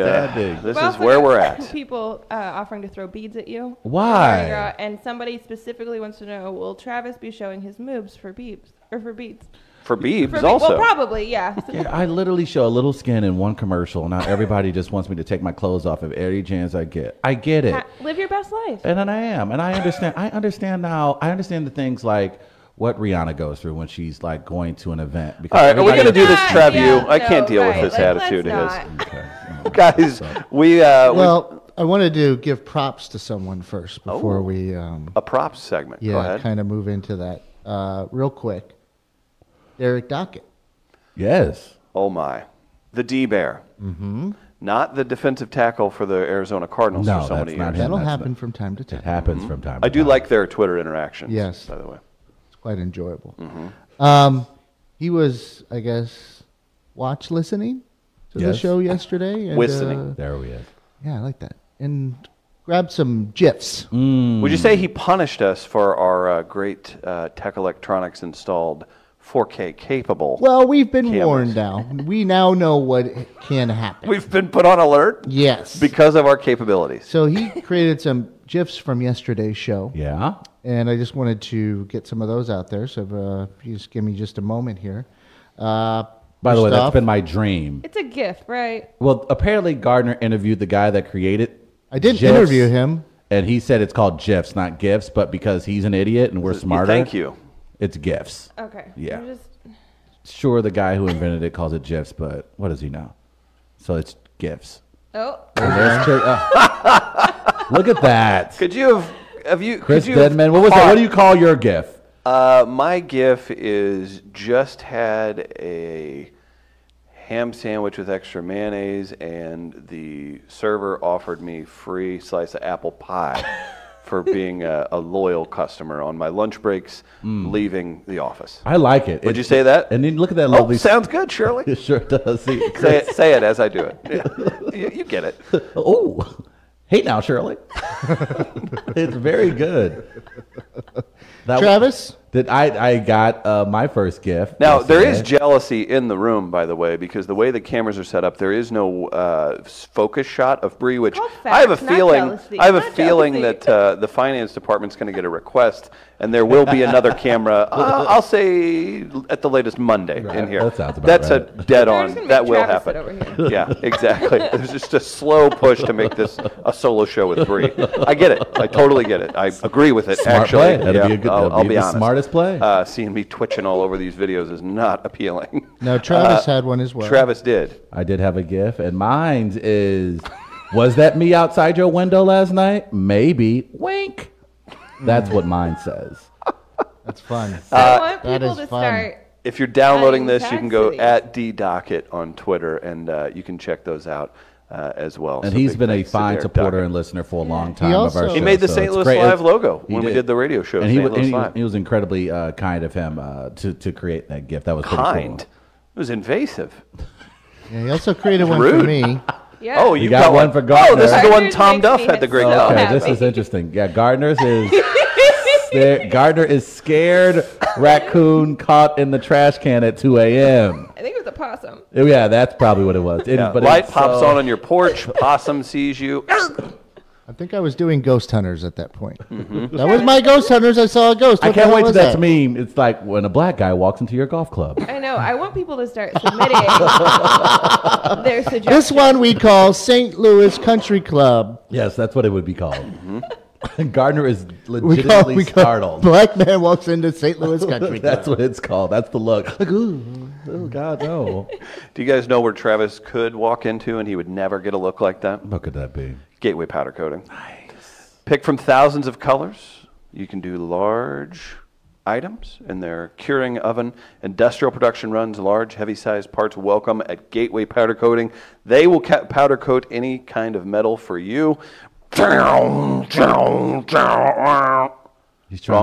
uh, outstanding. this We is also where got we're at. [LAUGHS] People uh, offering to throw beads at you. Why? Or- And somebody specifically wants to know: Will Travis be showing his moves for beeps or for beats? For For Beebs be- also. well, [LAUGHS] probably yeah. So- Yeah, I literally show a little skin in one commercial. Now everybody just wants me to take my clothes off of every chance I get. I get it. [LAUGHS] Ha- Live your best life. And then I am. And I understand I understand now I understand the things like what Rihanna goes through when she's like going to an event because All right, are we going to everybody- do this, Yeah, Trev? You, yeah, I can't no, deal right, with this like, attitude of let's his. not. oh. Guys, we uh, we- Well, I wanted to give props to someone first before we um, a props segment. Go yeah Oh. ahead. kind of move into that uh, real quick. Derek Dockett. Yes. Oh my, the D Bear. not the defensive tackle for the Arizona Cardinals No, for so that's many not years. him. That'll that's happen not- from time to It time. happens from time. to Mm-hmm. I do time. like their Twitter interactions. Yes. by the way. It's quite enjoyable. Mm-hmm. Um, he was, I guess, watch listening to the Yes. show yesterday. And, Whistling. uh, There we is. yeah, I like that. And grabbed some gifs. Would you say he punished us for our uh, great uh, Tech Electronics installed 4K capable? Well, we've been Cameras. warned now. We now know what can happen. We've been put on alert yes. because of our capabilities. so he created some gifs from yesterday's show. Yeah. and I just wanted to get some of those out there. So uh, if you just give me just a moment here. Uh, By the way, first that's off, been my dream. It's a gift, right? Well, apparently Gardner interviewed the guy that created. I did GIFs, interview him. and he said it's called GIFs, not gifts, but because he's an idiot and we're smarter. Thank you. It's GIFs. Okay. Yeah. I'm just- Sure, the guy who invented it calls it GIFs, but what does he know? So it's GIFs. oh, And there's Chris- [LAUGHS] oh. Look at that, Could you have? Have you? Chris could you have Deadman. What was that? What do you call your GIF? Uh, my GIF is just had a ham sandwich with extra mayonnaise, and the server offered me free slice of apple pie [LAUGHS] for being a, a loyal customer on my lunch breaks, Hmm. leaving the office. I like it. Would It- you say that? And then look at that [LAUGHS] Oh, lovely. sounds good, Shirley. it sure does. See, say Chris- it. Say it as I do it. [LAUGHS] Yeah. you, you get it. Oh, hey now, Shirley. [LAUGHS] it's very good. That Travis? That I I got uh, my first gift. Now there is yesterday. jealousy in the room, by the way, because the way the cameras are set up, there is no uh, s- focus shot of Bree. Which Called I have a facts, not feeling, jealousy. I have a Not feeling jealousy. that uh, the finance department's going to get a request, and there will [LAUGHS] be another camera. Uh, I'll say l- at the latest Monday in Right, here. that sounds about That's a right. dead They're on. just gonna that make will Travis happen. sit [LAUGHS] over [LAUGHS] Yeah, exactly. There's just a slow push to make this a solo show with Bree. I get it. I totally get it. I agree with it. Smart actually, play. That'd yeah, be a good- I'll, that'd I'll be be the honest. smartest play. Uh, seeing me twitching all over these videos is [LAUGHS] not appealing. Uh, No, Travis had one as well. Travis did. I did have a gift, and mine's is was that me outside your window last night? Maybe wink. That's what mine says. That's fun. Uh, Uh, I want that people is to fun. start. If you're downloading Adding this, you can go taxes. at ddocket on Twitter, and uh, you can check those out uh, as well. And So he's big been a thanks to fine Derek supporter Dockett. and listener for a long time of our also- show. He made the so St. it's Louis great. Live It's- logo when we did the radio show, And he, St. wa- and Louis he- Live. he was incredibly uh, kind of him uh, to to create that gift. That was pretty cool. kind. It was invasive. Yeah, he also created one Rude. for me. Yeah. [LAUGHS] Oh, you got one for Gardner. Oh, this is the one Gardner's Tom makes Duff me had the great. so Oh, Okay, happy. this is interesting. Yeah, Gardner's is sca- Gardner is scared raccoon caught in the trash can at 2 a.m. I think it was a possum. Oh, Yeah, that's probably what it was. It- yeah. but Light it's pops so- on on your [LAUGHS] porch. Possum sees you. I think I was doing ghost hunters at that point. That was my ghost hunters. I saw a ghost. Mm-hmm. I What the can't hell wait to was that meme. It's like when a black guy walks into your golf [LAUGHS] club. I know. I want people to start submitting their suggestions. This one we call St. Louis Country Club. Yes, that's what it would be called. Mm-hmm. [LAUGHS] Gardner is [LAUGHS] We legitimately call, we call startled. Black man walks into [LAUGHS] St. Louis Country Club. That's what it's called. That's the look. Like, ooh, [LAUGHS] oh God, no. Do you guys know where Travis could walk into and he would never get a look like that? what could that be? Gateway powder coating. Nice. Pick from thousands of colors. You can do large items in their curing oven. Industrial production runs large, heavy sized parts welcome at Gateway Powder Coating. They will ca- powder coat any kind of metal for you. He's trying Wrong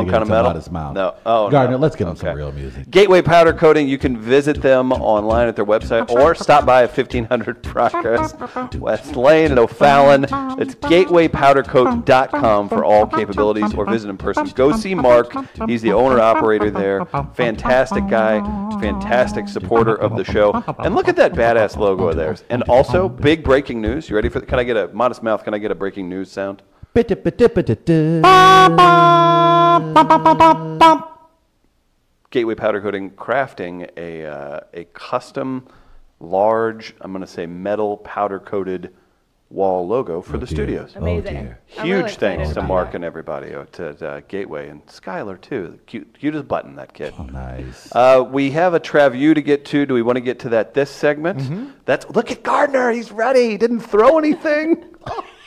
to get kind kind of of metal? out his mouth. No. Oh, Gardner, no. let's give him Okay. some real music. Gateway Powder Coating, you can visit them online at their website or stop by at 1500 Progress West Lane in O'Fallon. It's gatewaypowdercoat.com for all capabilities or visit in person. Go see Mark. He's the owner operator there. Fantastic guy, fantastic supporter of the show. And look at that badass logo of theirs. And also, big breaking news. You ready for Can I get a modest mouth? Can I get a breaking news sound? Gateway Powder Coating crafting a uh, a custom large I'm going to say metal powder coated wall logo for the studios. Oh, Amazing. dear. I'm really Huge excited thanks to about Mark that. and everybody uh, to, to, uh, Gateway and Skylar too. Cute, cute as a button that kid. Nice. Uh, we have a Travu to get to. Do we want to get to that this segment? That's look at Gardner. He's ready. He didn't [LAUGHS] throw anything.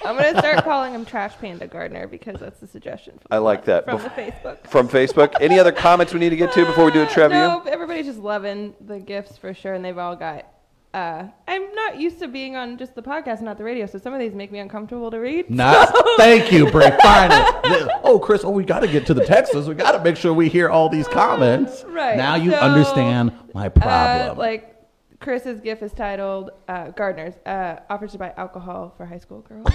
I'm gonna start calling him Trash Panda Gardener because that's the suggestion. From I like that. from Bef- the Facebook. From Facebook. Any other [LAUGHS] comments we need to get to before we do a Travu? Nope, everybody's just loving the gifts for sure, and they've all got uh, I'm not used to being on just the podcast, not the radio, so some of these make me uncomfortable to read. Not, thank you, Bray. Finally. Yeah. oh, Chris. Oh, we got to get to the Texas. We got to make sure we hear all these comments. Right, now you so, understand my problem. Uh, like Chris's gif is titled uh, "Gardeners uh, offers to buy alcohol for high school girls."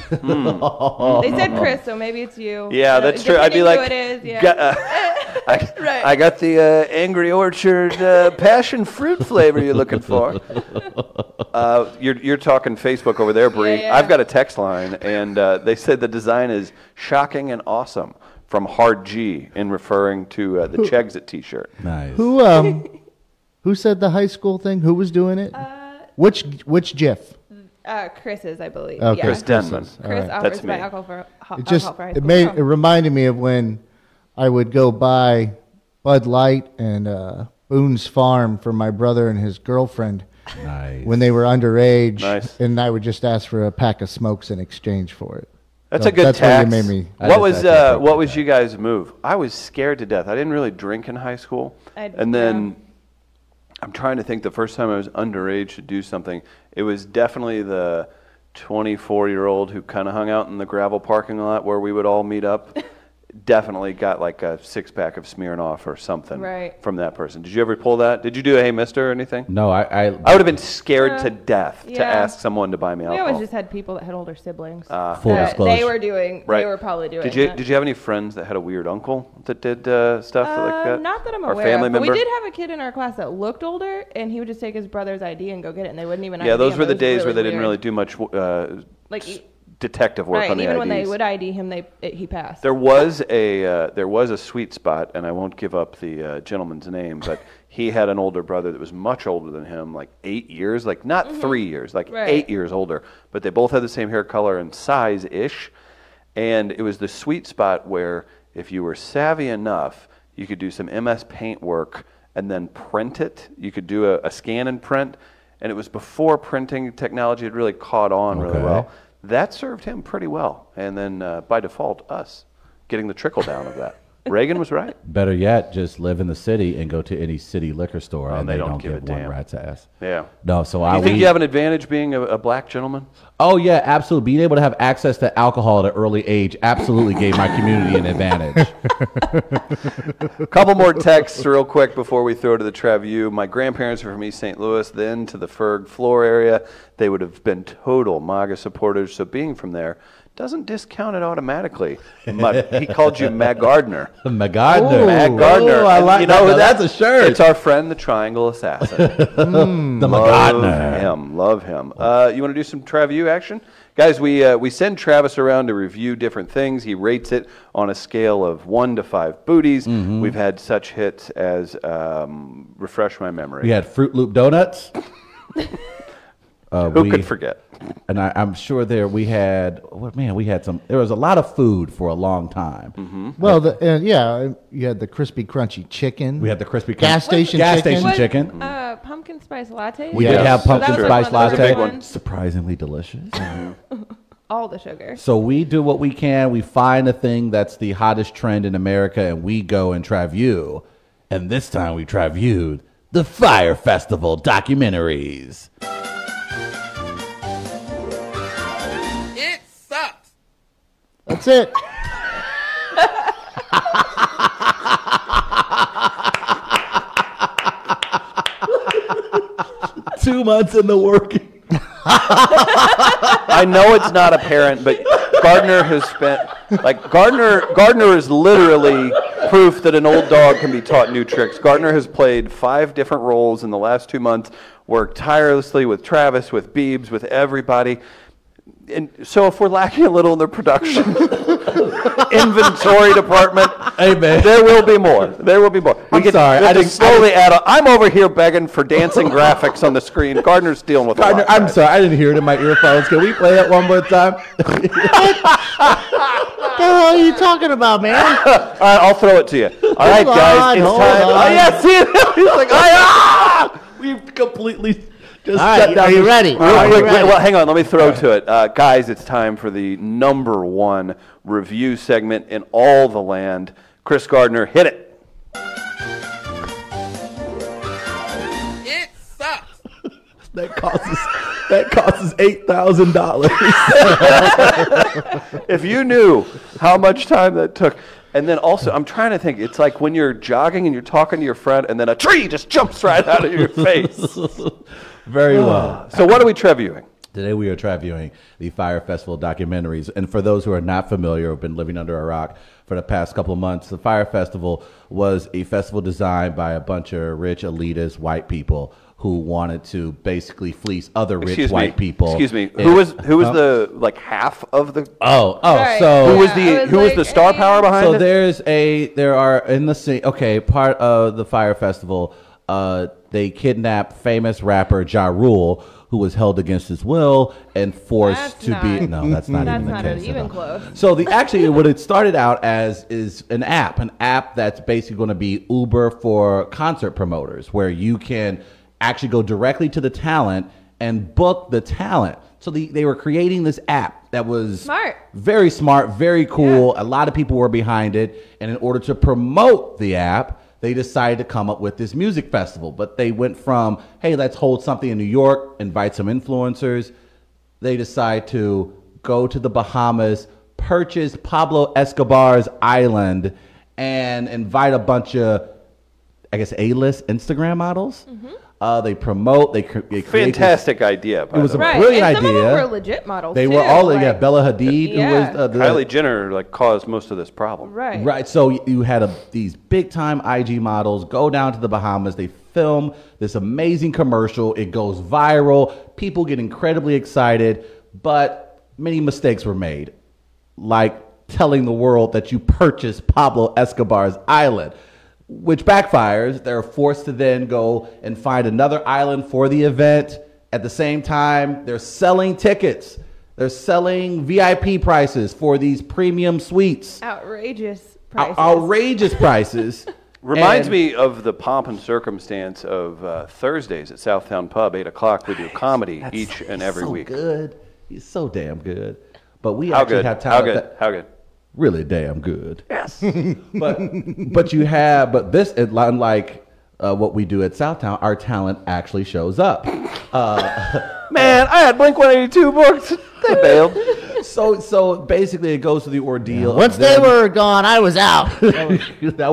they said Chris, so maybe it's you. Yeah, Uh, that's true. I'd be depending like, who it is. Yeah. "Got- [LAUGHS] uh, I, Right. I got the uh, Angry Orchard uh, passion fruit flavor you're looking for. Uh, you're, you're talking Facebook over there, Bree. Yeah, yeah. I've got a text line, and uh, they said the design is shocking and awesome from Hard G in referring to uh, the Chexit T-shirt. nice. Who um, who said the high school thing? Who was doing it? which which GIF? uh, Chris's, I believe. Okay. Yeah. Chris Denman. Chris Alright. offers That's to buy me. alcohol for, ho- It just alcohol for high it school made it girls. reminded me of when I would go buy Bud Light and uh, Boone's Farm for my brother and his girlfriend nice. when they were underage, Nice. and I would just ask for a pack of smokes in exchange for it. That's So a good that's why tax. you made me- I What just- I was just uh, like what that. was you guys' move? I was scared to death. I didn't really drink in high school, I- and then I'm trying to think. The first time I was underage to do something, it was definitely the 24 year old who kind of hung out in the gravel parking lot where we would all meet up. [LAUGHS] definitely got like a six pack of Smirnoff or something Right. from that person. Did you ever pull that? Did you do a Hey Mister or anything? no, I. I, I would have been scared Uh, to death to yeah. ask someone to buy me We alcohol. always just had people that had older siblings. Full that disclosure. They were doing. Uh, Right. They were probably doing. Did you that. did you have any friends that had a weird uncle that did uh, stuff like Uh, that? not that I'm Or aware family of. but member. We did have a kid in our class that looked older, and he would just take his brother's ID and go get it, and they wouldn't even. yeah, ID those him. were It the was days where they didn't really weird. do much uh, Like, s- e- detective work Right, on and the even when they IDs. would ID him, they it, he passed. There was a uh, there was a sweet spot, and I won't give up the uh, gentleman's name, but he had an older brother that was much older than him, like eight years, like not three years, like Right. eight years older. But they both had the same hair color and size ish, and it was the sweet spot where if you were savvy enough, you could do some MS Paint work and then print it. You could do a, a scan and print, and it was before printing technology had really caught on really Okay. well. That served him pretty well, and then uh, by default, us getting the trickle down of [LAUGHS] that. Reagan was right. Better yet, just live in the city and go to any city liquor store, and they they, don't don't, give give, a one damn. rat's ass. Yeah. No, so I You think we- you have an advantage being a, a black gentleman? Oh yeah, absolutely. Being able to have access to alcohol at an early age absolutely gave my community an advantage. [LAUGHS] A couple more texts, real quick, before we throw to the Trevue. My grandparents were from East St. Louis, then to the Ferg Floor area. They would have been total MAGA supporters, so being from there doesn't discount it automatically. Ma- he called you Matt Gardner. Matt Gardner. Matt Gardner. Ooh, I And like you know that. who That's a shirt. It's our friend, the Triangle Assassin. the Magadner. Love him. Love him. Uh, you want to do some Travu action? Guys, we, uh, we send Travis around to review different things. He rates it on a scale of one to five booties. We've had such hits as um, Refresh My Memory. We had Fruit Loop [LAUGHS] donuts. Uh, Who we- could forget? And I, I'm sure there we had. What man? We had some. There was a lot of food for a long time. Mm-hmm. Well, the, uh, yeah, you had the crispy crunchy chicken. We had the crispy gas crunch- station gas chicken. station Was, chicken. Uh, pumpkin spice latte. We Yeah. did Yes. have So that pumpkin was spice like one of the latte. big ones. Surprisingly delicious. All the sugar. So we do what we can. We find a thing that's the hottest trend in America, and we go and travu. And this time we travued the Fire Festival documentaries. That's it. Two months in the [LAUGHS] working. I know it's not apparent, but Gardner has spent like Gardner. Gardner is literally proof that an old dog can be taught new tricks. Gardner has played five different roles in the last two months, worked tirelessly with Travis, with Beebs, with everybody. And so, if we're lacking a little in the production [LAUGHS] inventory department, Hey, man. there will be more. There will be more. We I'm sorry, we I have to didn't- slowly add. A, I'm over here begging for dancing graphics on the screen. Gardner's dealing with. Gardner, a lot, I'm guys. sorry, I didn't hear it in my earphones. Can we play that one more [LAUGHS] time? What the hell are you talking about, man? All right, I'll throw it [LAUGHS] to you. All right, Hold guys, on, it's hold time. on. Oh, yeah, see, [LAUGHS] he's like, ah! We've completely just All shut right, down. are you the- ready? Real Are you quick, ready? well, hang on, let me throw to it. Uh, guys, it's time for the number one review segment in all the land. Chris Gardner, hit it. That costs us, that costs us eight thousand dollars. if you knew how much time that took. And then also, I'm trying to think. It's like when you're jogging and you're talking to your friend, and then a tree just jumps right out [LAUGHS] of your face. [LAUGHS] Very well. So what are we treviewing? Today we are traviewing the Fire Festival documentaries. And for those who are not familiar or have been living under a rock for the past couple of months, the Fire Festival was a festival designed by a bunch of rich elitist white people who wanted to basically fleece other rich Excuse white me. people. Excuse me. And- Who was who was the like half of the? Oh, oh, Right. so Who was Yeah, the I was who was like, the star eh. power behind so it? there's a there are in the scene okay part of the fire festival uh they kidnap famous rapper ja rule who was held against his will and forced That's to be not- no that's not that's even not the case at even all. close. so the actually what it started out as is an app an app that's basically going to be uber for concert promoters where you can actually go directly to the talent and book the talent so the, they were creating this app that was Smart. very smart, very cool. A lot of people were behind it. And in order to promote the app, they decided to come up with this music festival. But they went from, hey, let's hold something in New York, invite some influencers. They decide to go to the Bahamas, purchase Pablo Escobar's island, and invite a bunch of, I guess, A list Instagram models. Uh, they promote, they, cr- they create. this- Fantastic idea. By It was the a way. Right. brilliant and some of them idea. were legit models. They too, were all, like, yeah, Bella Hadid, who was Yeah. uh, the. Kylie Jenner like caused most of this problem. Right. Right. So you had a, these big time IG models go down to the Bahamas. They film this amazing commercial. It goes viral. People get incredibly excited, but many mistakes were made, like telling the world that you purchased Pablo Escobar's island, which backfires. They're forced to then go and find another island for the event. At the same time, they're selling tickets. They're selling VIP prices for these premium suites Outrageous ou- prices. outrageous prices. [LAUGHS] Reminds And- me of the pomp and circumstance of uh, Thursdays at Southtown Pub, eight o'clock. We do comedy That's- each and he's every so week. Good, he's so damn good. But we How actually good? have How talent good? that How good? really damn good. Yes. [LAUGHS] But but you have but this unlike uh, what we do at Southtown, our talent actually shows up. Uh, [LAUGHS] Man, I had Blink 182 booked. They bailed. So so basically, it goes through the ordeal. of Once they them- were gone, I was out. [LAUGHS] that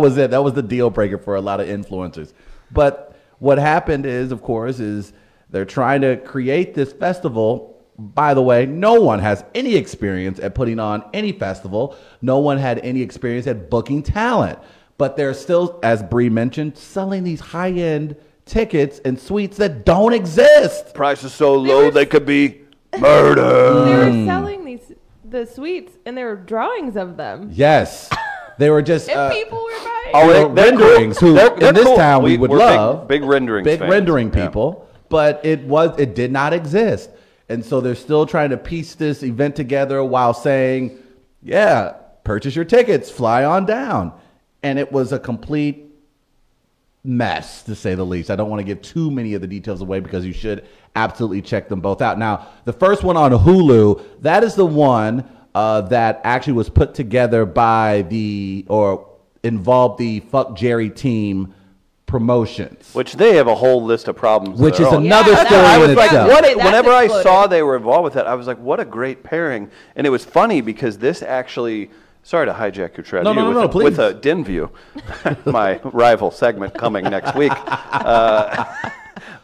was [LAUGHS] it. That was the deal breaker for a lot of influencers. But what happened is, of course, is they're trying to create this festival. By the way, no one has any experience at putting on any festival. No one had any experience at booking talent. But they're still, as Bree mentioned, selling these high end tickets and suites that don't exist. Price is so low were- they could be They murdered. were Mm. selling these the sweets, and there were drawings of them, Yes. They were just and uh, people were buying. Oh, they- know, they're cool. renderings who They're- they're in this cool. town we, We- would we're big- love big renderings big fans. rendering Yeah. people, but it was it did not exist, and so they're still trying to piece this event together while saying, "Yeah, purchase your tickets, fly on down," and it was a complete mess to say the least. I don't want to give too many of the details away because you should absolutely check them both out. Now, the first one on Hulu, that is the one uh, that actually was put together by the or involved the Fuck Jerry team promotions. Which they have a whole list of problems. of Which their is own. another Yeah, story that- I in was like, itself. what? That's Whenever I exploded. saw they were involved with that, I was like, what a great pairing. And it was funny because this actually. Sorry to hijack your trend No, no, no, with, no, a- please. with a den view, [LAUGHS] my rival segment coming next week. Uh,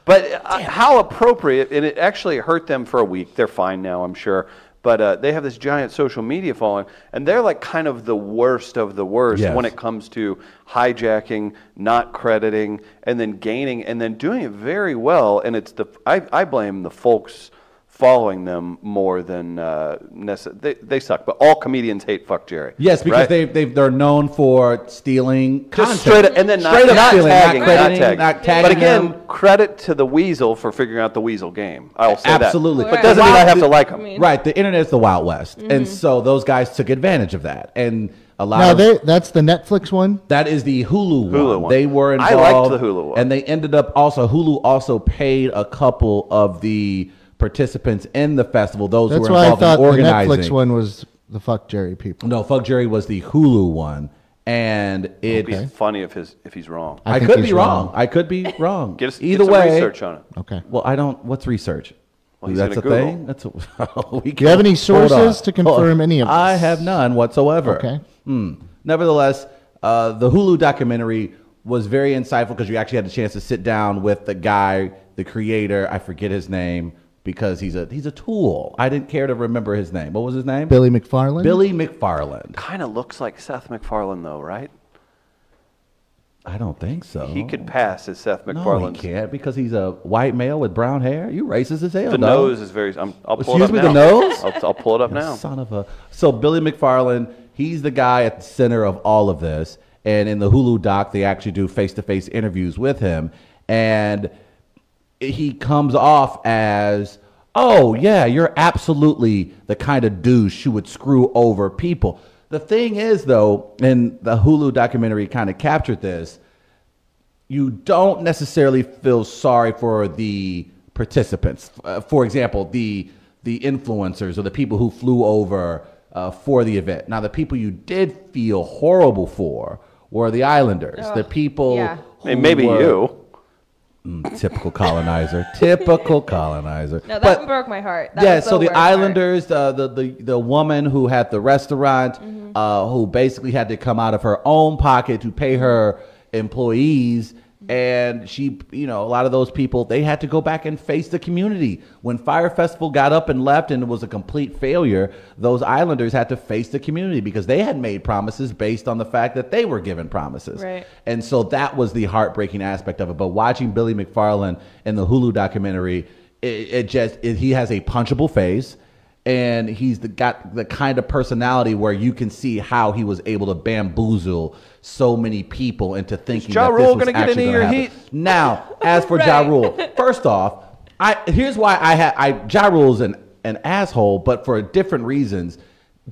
but uh, how appropriate, and it actually hurt them for a week. They're fine now, I'm sure. But uh, they have this giant social media following, and they're like kind of the worst of the worst Yes. when it comes to hijacking, not crediting, and then gaining, and then doing it very well. And it's the I, I blame the folks following them more than uh, necess- they they suck. But all comedians hate fuck Jerry. Yes, because right? they they they're known for stealing content. Just straight up, and then not, Straight up not stealing, not tagging, crediting, tagging. not tagging But again, them. credit to the weasel for figuring out the weasel game. I'll say that. Absolutely. but Right. doesn't mean I have to The- like him. mean- Right, the internet's the Wild West, and so those guys took advantage of that, and a lot Now of they, that's the Netflix one. That is the Hulu, Hulu one. one. They were I involved. liked the Hulu one. And they ended up also Hulu also paid a couple of the participants in the festival. Those who That's were why I involved thought in the organizing. Netflix one was the fuck Jerry people. No, fuck Jerry was the Hulu one, and It'd it. be funny if his if he's wrong. I, think could he's be wrong. I could be [LAUGHS] wrong. Get us get Either some way, research on it. Okay. Well, I don't. What's research? Well, he's That's a [LAUGHS] gonna Google. thing. That's a, we Do you have any hold sources on, to hold on. confirm any of I this? have none whatsoever. Okay. Hmm. Nevertheless, uh, the Hulu documentary was very insightful because you actually had the chance to sit down with the guy, the creator. I forget his name because he's a he's a tool. I didn't care to remember his name. What was his name? Billy McFarland. Billy McFarland. Kind of looks like Seth MacFarlane though, right? I don't think so. He could pass as Seth No, MacFarlane. he can't because he's a white male with brown hair. You racist as hell. The dog. nose is very. I'm, I'll Excuse pull it up me, now. the nose? I'll, I'll pull it up You now. Son of a. So Billy McFarland, he's the guy at the center of all of this. And in the Hulu doc, they actually do face to face interviews with him. And he comes off as, oh, yeah, you're absolutely the kind of douche who would screw over people. The thing is, though, and the Hulu documentary kind of captured this, you don't necessarily feel sorry for the participants. Uh, for example, the the influencers or the people who flew over uh, for the event. Now, the people you did feel horrible for were the Islanders, the Ugh, people. yeah. who Hey, maybe were- you. Mm, typical colonizer. [LAUGHS] typical colonizer. No, that But- broke my heart. That yeah, was so the worst part. Islanders, uh, the the the woman who had the restaurant, Mm-hmm. uh, who basically had to come out of her own pocket to pay her employees, Mm-hmm. and she, you know, a lot of those people they had to go back and face the community. When Fire Festival got up and left and it was a complete failure, those Islanders had to face the community because they had made promises based on the fact that they were given promises. Right. And so that was the heartbreaking aspect of it. But watching Billy McFarland in the Hulu documentary, it, it just it, he has a punchable face, and he's the, got the kind of personality where you can see how he was able to bamboozle so many people into thinking Ja that this Rule was gonna get actually any of gonna your happen. Now, as for Ja Right. Rule, first off, I here's why I had I Ja Rule's an an asshole, but for different reasons.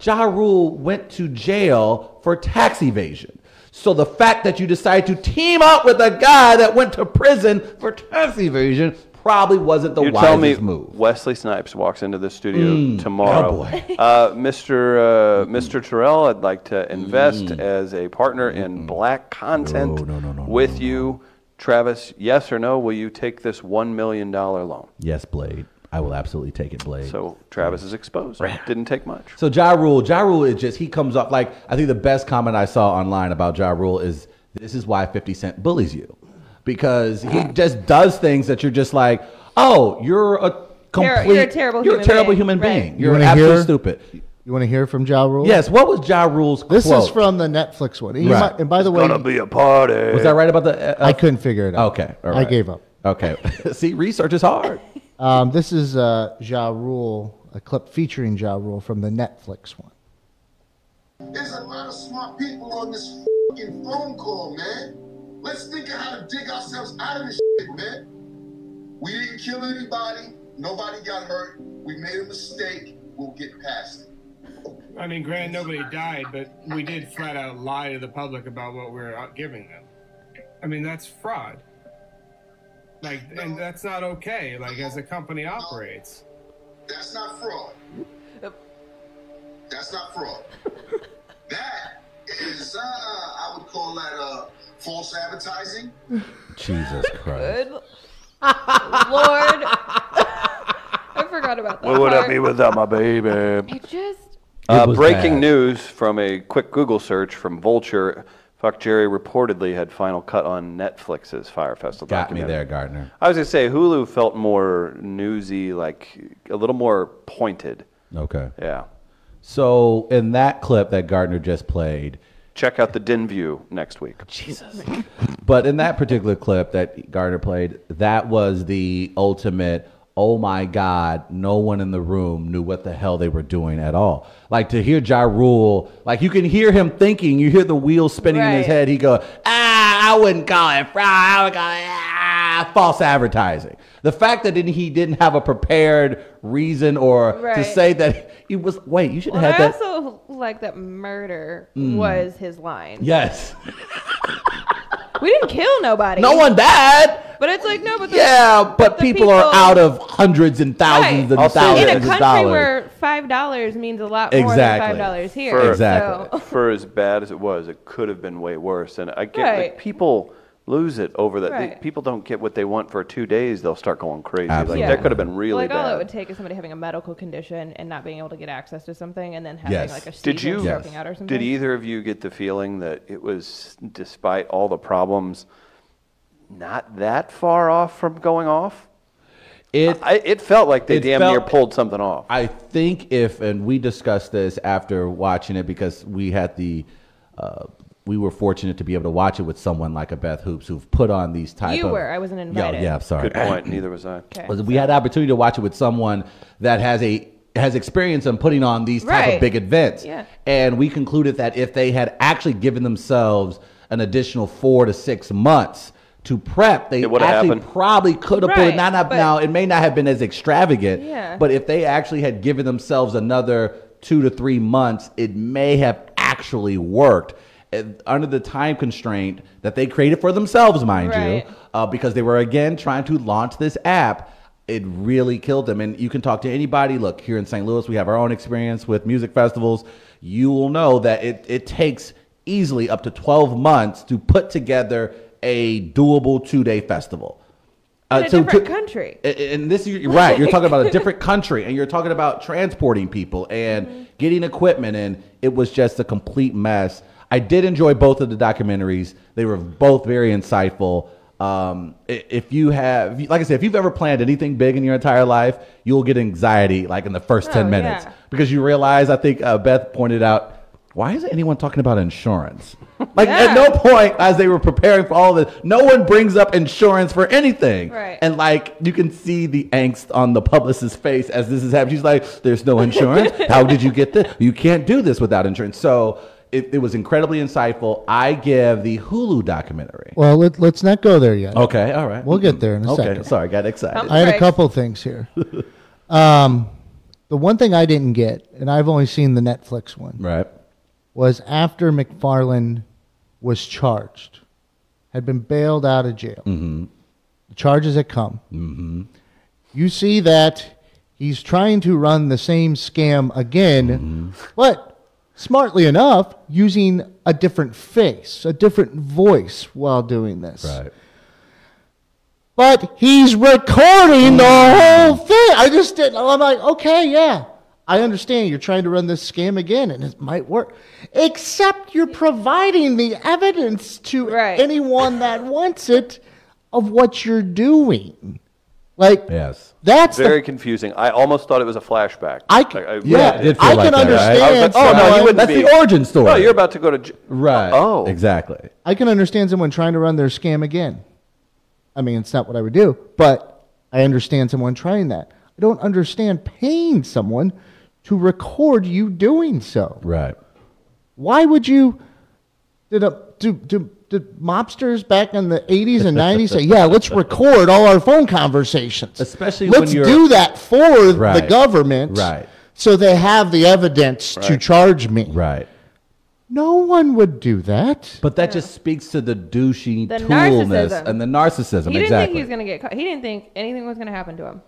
Ja Rule went to jail for tax evasion. So the fact that you decided to team up with a guy that went to prison for tax evasion probably wasn't the You tell me wisest move. Wesley Snipes walks into the studio tomorrow. oh boy. Uh, Mr. Uh, Mr. Mm-hmm. Terrell, I'd like to invest as a partner in black content No, no, no, no, with no, no. you. Travis, yes or no, will you take this $1 million loan? Yes, Blade. I will absolutely take it, Blade. So Travis is exposed. Didn't take much. So Ja Rule, Ja Rule is just he comes up like I think the best comment I saw online about Ja Rule is this is why 50 Cent bullies you. Because [LAUGHS] he just does things that you're just like, oh, you're a You're- complete you're a terrible you're human a terrible being, human right. being. You You're wanna absolutely hear? stupid. You want to hear from Ja Rule? Yes, what was Ja Rule's This quote? is from the Netflix one. He Right. might- and by the way, be a party. Was that right about the uh, I couldn't figure it out. Okay. all I right. gave up. Okay. [LAUGHS] See, research is hard. Um, this is uh, Ja Rule, a clip featuring Ja Rule from the Netflix one. There's a lot of smart people on this fucking phone call, man. Let's think of how to dig ourselves out of this shit, man. We didn't kill anybody. Nobody got hurt. We made a mistake. We'll get past it. I mean, granted, nobody died, but we did flat out lie to the public about what we were out giving them. I mean, that's fraud. Like, and that's not okay. Like, as a company operates. That's not fraud. That's not fraud. that is, uh, I would call that uh, false advertising. [LAUGHS] Jesus Christ. Good lord. I forgot about that. What would I part. be without my baby? It just. Uh, It was breaking bad. news from a quick Google search from Vulture. Fuck Jerry reportedly had final cut on Netflix's Fire Festival. Got me documentary. there, Gardner. I was gonna say Hulu felt more newsy, like a little more pointed. Okay. Yeah. So in that clip that Gardner just played, Check out the Den View next week. But in that particular clip that Gardner played, that was the ultimate. Oh my God! No one in the room knew what the hell they were doing at all. Like to hear Ja Rule, like you can hear him thinking. You hear the wheels spinning in his Right. head. He go, Ah, I wouldn't call it fraud. I would call it ah, false advertising. The fact that didn't- he didn't have a prepared reason or to Right. say that he was. Wait, you should Well, have I had that. Mm. also like that murder was his line. yes. We didn't kill nobody. No one died. But it's like no, but the, Yeah, but the people, are out of hundreds and thousands Right. and Also- thousands in a of country dollars. where five dollars means a lot more Exactly. than five dollars here. For- Exactly. So, for as bad as it was, it could have been way worse. And I get like, Right. people lose it over that. They- Right. people don't get what they want for two days. They'll start going crazy. Absolutely. Like Yeah. that could have been really like all it bad. would take is somebody having a medical condition and not being able to get access to something, and then having Yes. like a seizure Did you? stroking Yes. out or something. Did either of you get the feeling that it was, despite all the problems, not that far off from going off? it I, it felt like they It damn near felt- pulled something off. I think if, and we discussed this after watching it because we had the, uh, we were fortunate to be able to watch it with someone like a Beth Hoops who've put on these type. You of- were. I wasn't Yeah, invited. yeah. I'm Sorry. Good [LAUGHS] point. Neither was I. Okay. Was- We had the opportunity to watch it with someone that has a has experience in putting on these type of Right. big events. Yeah. And we concluded that if they had actually given themselves an additional four to six months to prep, they It would've actually happened. probably could have put it. Right, Not, not but- now. It may not have been as extravagant. Yeah. But if they actually had given themselves another two to three months, it may have actually worked. Uh, Under the time constraint that they created for themselves, mind Right. you, uh, because they were again trying to launch this app. It really killed them. And you can talk to anybody. Look, here in St. Louis, we have our own experience with music festivals. You will know that it, it takes easily up to 12 months to put together a doable two day festival. Uh, In a so different country. a- a- And this, you're right. You're talking about a [LAUGHS] different country, and you're talking about transporting people and Mm-hmm. getting equipment, and it was just a complete mess. I did enjoy both of the documentaries. They were both very insightful. Um, i- if you have, like I said, if you've ever planned anything big in your entire life, you'll get anxiety like in the first ten Oh, minutes yeah. because you realize. I think uh, Beth pointed out. Why is anyone talking about insurance? Like at [LAUGHS] Yeah. no point, as they were preparing for all of this, no one brings up insurance for anything. Right. And like you can see the angst on the publicist's face as this is happening. She's like, "There's no insurance. How did you get this? You can't do this without insurance." So it, it was incredibly insightful. I give the Hulu documentary. Well, let, let's not go there yet. Okay, all right. We'll get there in a okay, second. sorry, got excited. Um, I had a Right. couple things [LAUGHS] here. um, the one thing I didn't get, and I've only seen the Netflix one, right. was after McFarland was charged, had been bailed out of jail. Mm-hmm. The charges had come. You see that he's trying to run the same scam again, Mm-hmm. but smartly enough, using a different face, a different voice while doing this. Right. But he's recording the whole thing. I just didn't. I'm like, okay, yeah, I understand. You're trying to run this scam again, and it might work. Except you're providing the evidence to Right. anyone that wants it of what you're doing. Like, Yes. that's the- Very confusing. I almost thought it was a flashback. I can, Like, I- Yeah, yeah, it did feel I like can that, right? I understand. was like, oh, no, someone- you wouldn't That's be- the origin story. No, you're about to go to. j- right. Oh. exactly. I can understand someone trying to run their scam again. I mean, it's not what I would do, but I understand someone trying that. I don't understand paying someone to record you doing so. Right. Why would you? Did a, do, do, did mobsters back in the 80s and 90s say, [LAUGHS] yeah, let's record all our phone conversations? Especially when let's you're- do that for the Right. government, Right. So they have the evidence to charge me. Right. No one would do that. But that just speaks to the douchey The toolness narcissism. and the narcissism. He didn't think exactly. he was gonna get caught. He didn't think anything was gonna happen to him.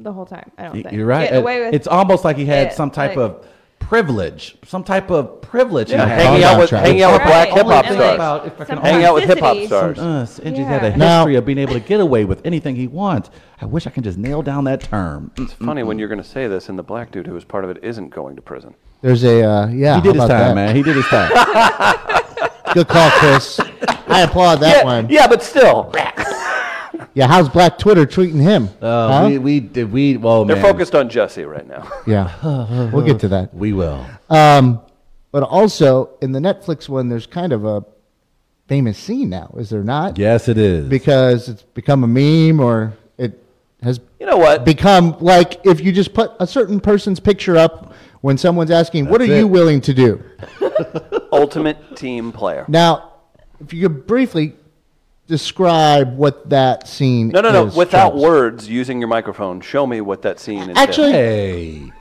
The whole time, I don't Y- think. You're right. Getting away It- with it's almost like he had it, some type like- of privilege, some type of privilege. Yeah, he had. uh, hanging out with Right. hanging out with black Right. hip hop And, Only think stars. about if I can some Hang out with hip hop toxicity. stars. Uh, and just had a history Now- of being able to get away with anything he wants. I wish I can just nail down that term. Mm. It's funny when you're going to say this, and the black dude who was part of it isn't going to prison. There's a uh, yeah. He did his how time, about that? man. He did his [LAUGHS] time. Good [LAUGHS] call, Chris. I applaud that one. Yeah. yeah, but still, how's Black Twitter treating him? Uh, Huh? We we did we well they're man. focused on Jesse right now. [LAUGHS] yeah, we'll get to that. We will. Um, but also in the Netflix one, there's kind of a famous scene now, is there not? Yes, it is. Because it's become a meme, or it has You know what? become like if you just put a certain person's picture up when someone's asking, "What are That's you it. willing to do?" Ultimate team player. Now, if you could briefly describe what that scene No, no, no. is, Without Travis. words, using your microphone, show me what that scene is. Actually, hey,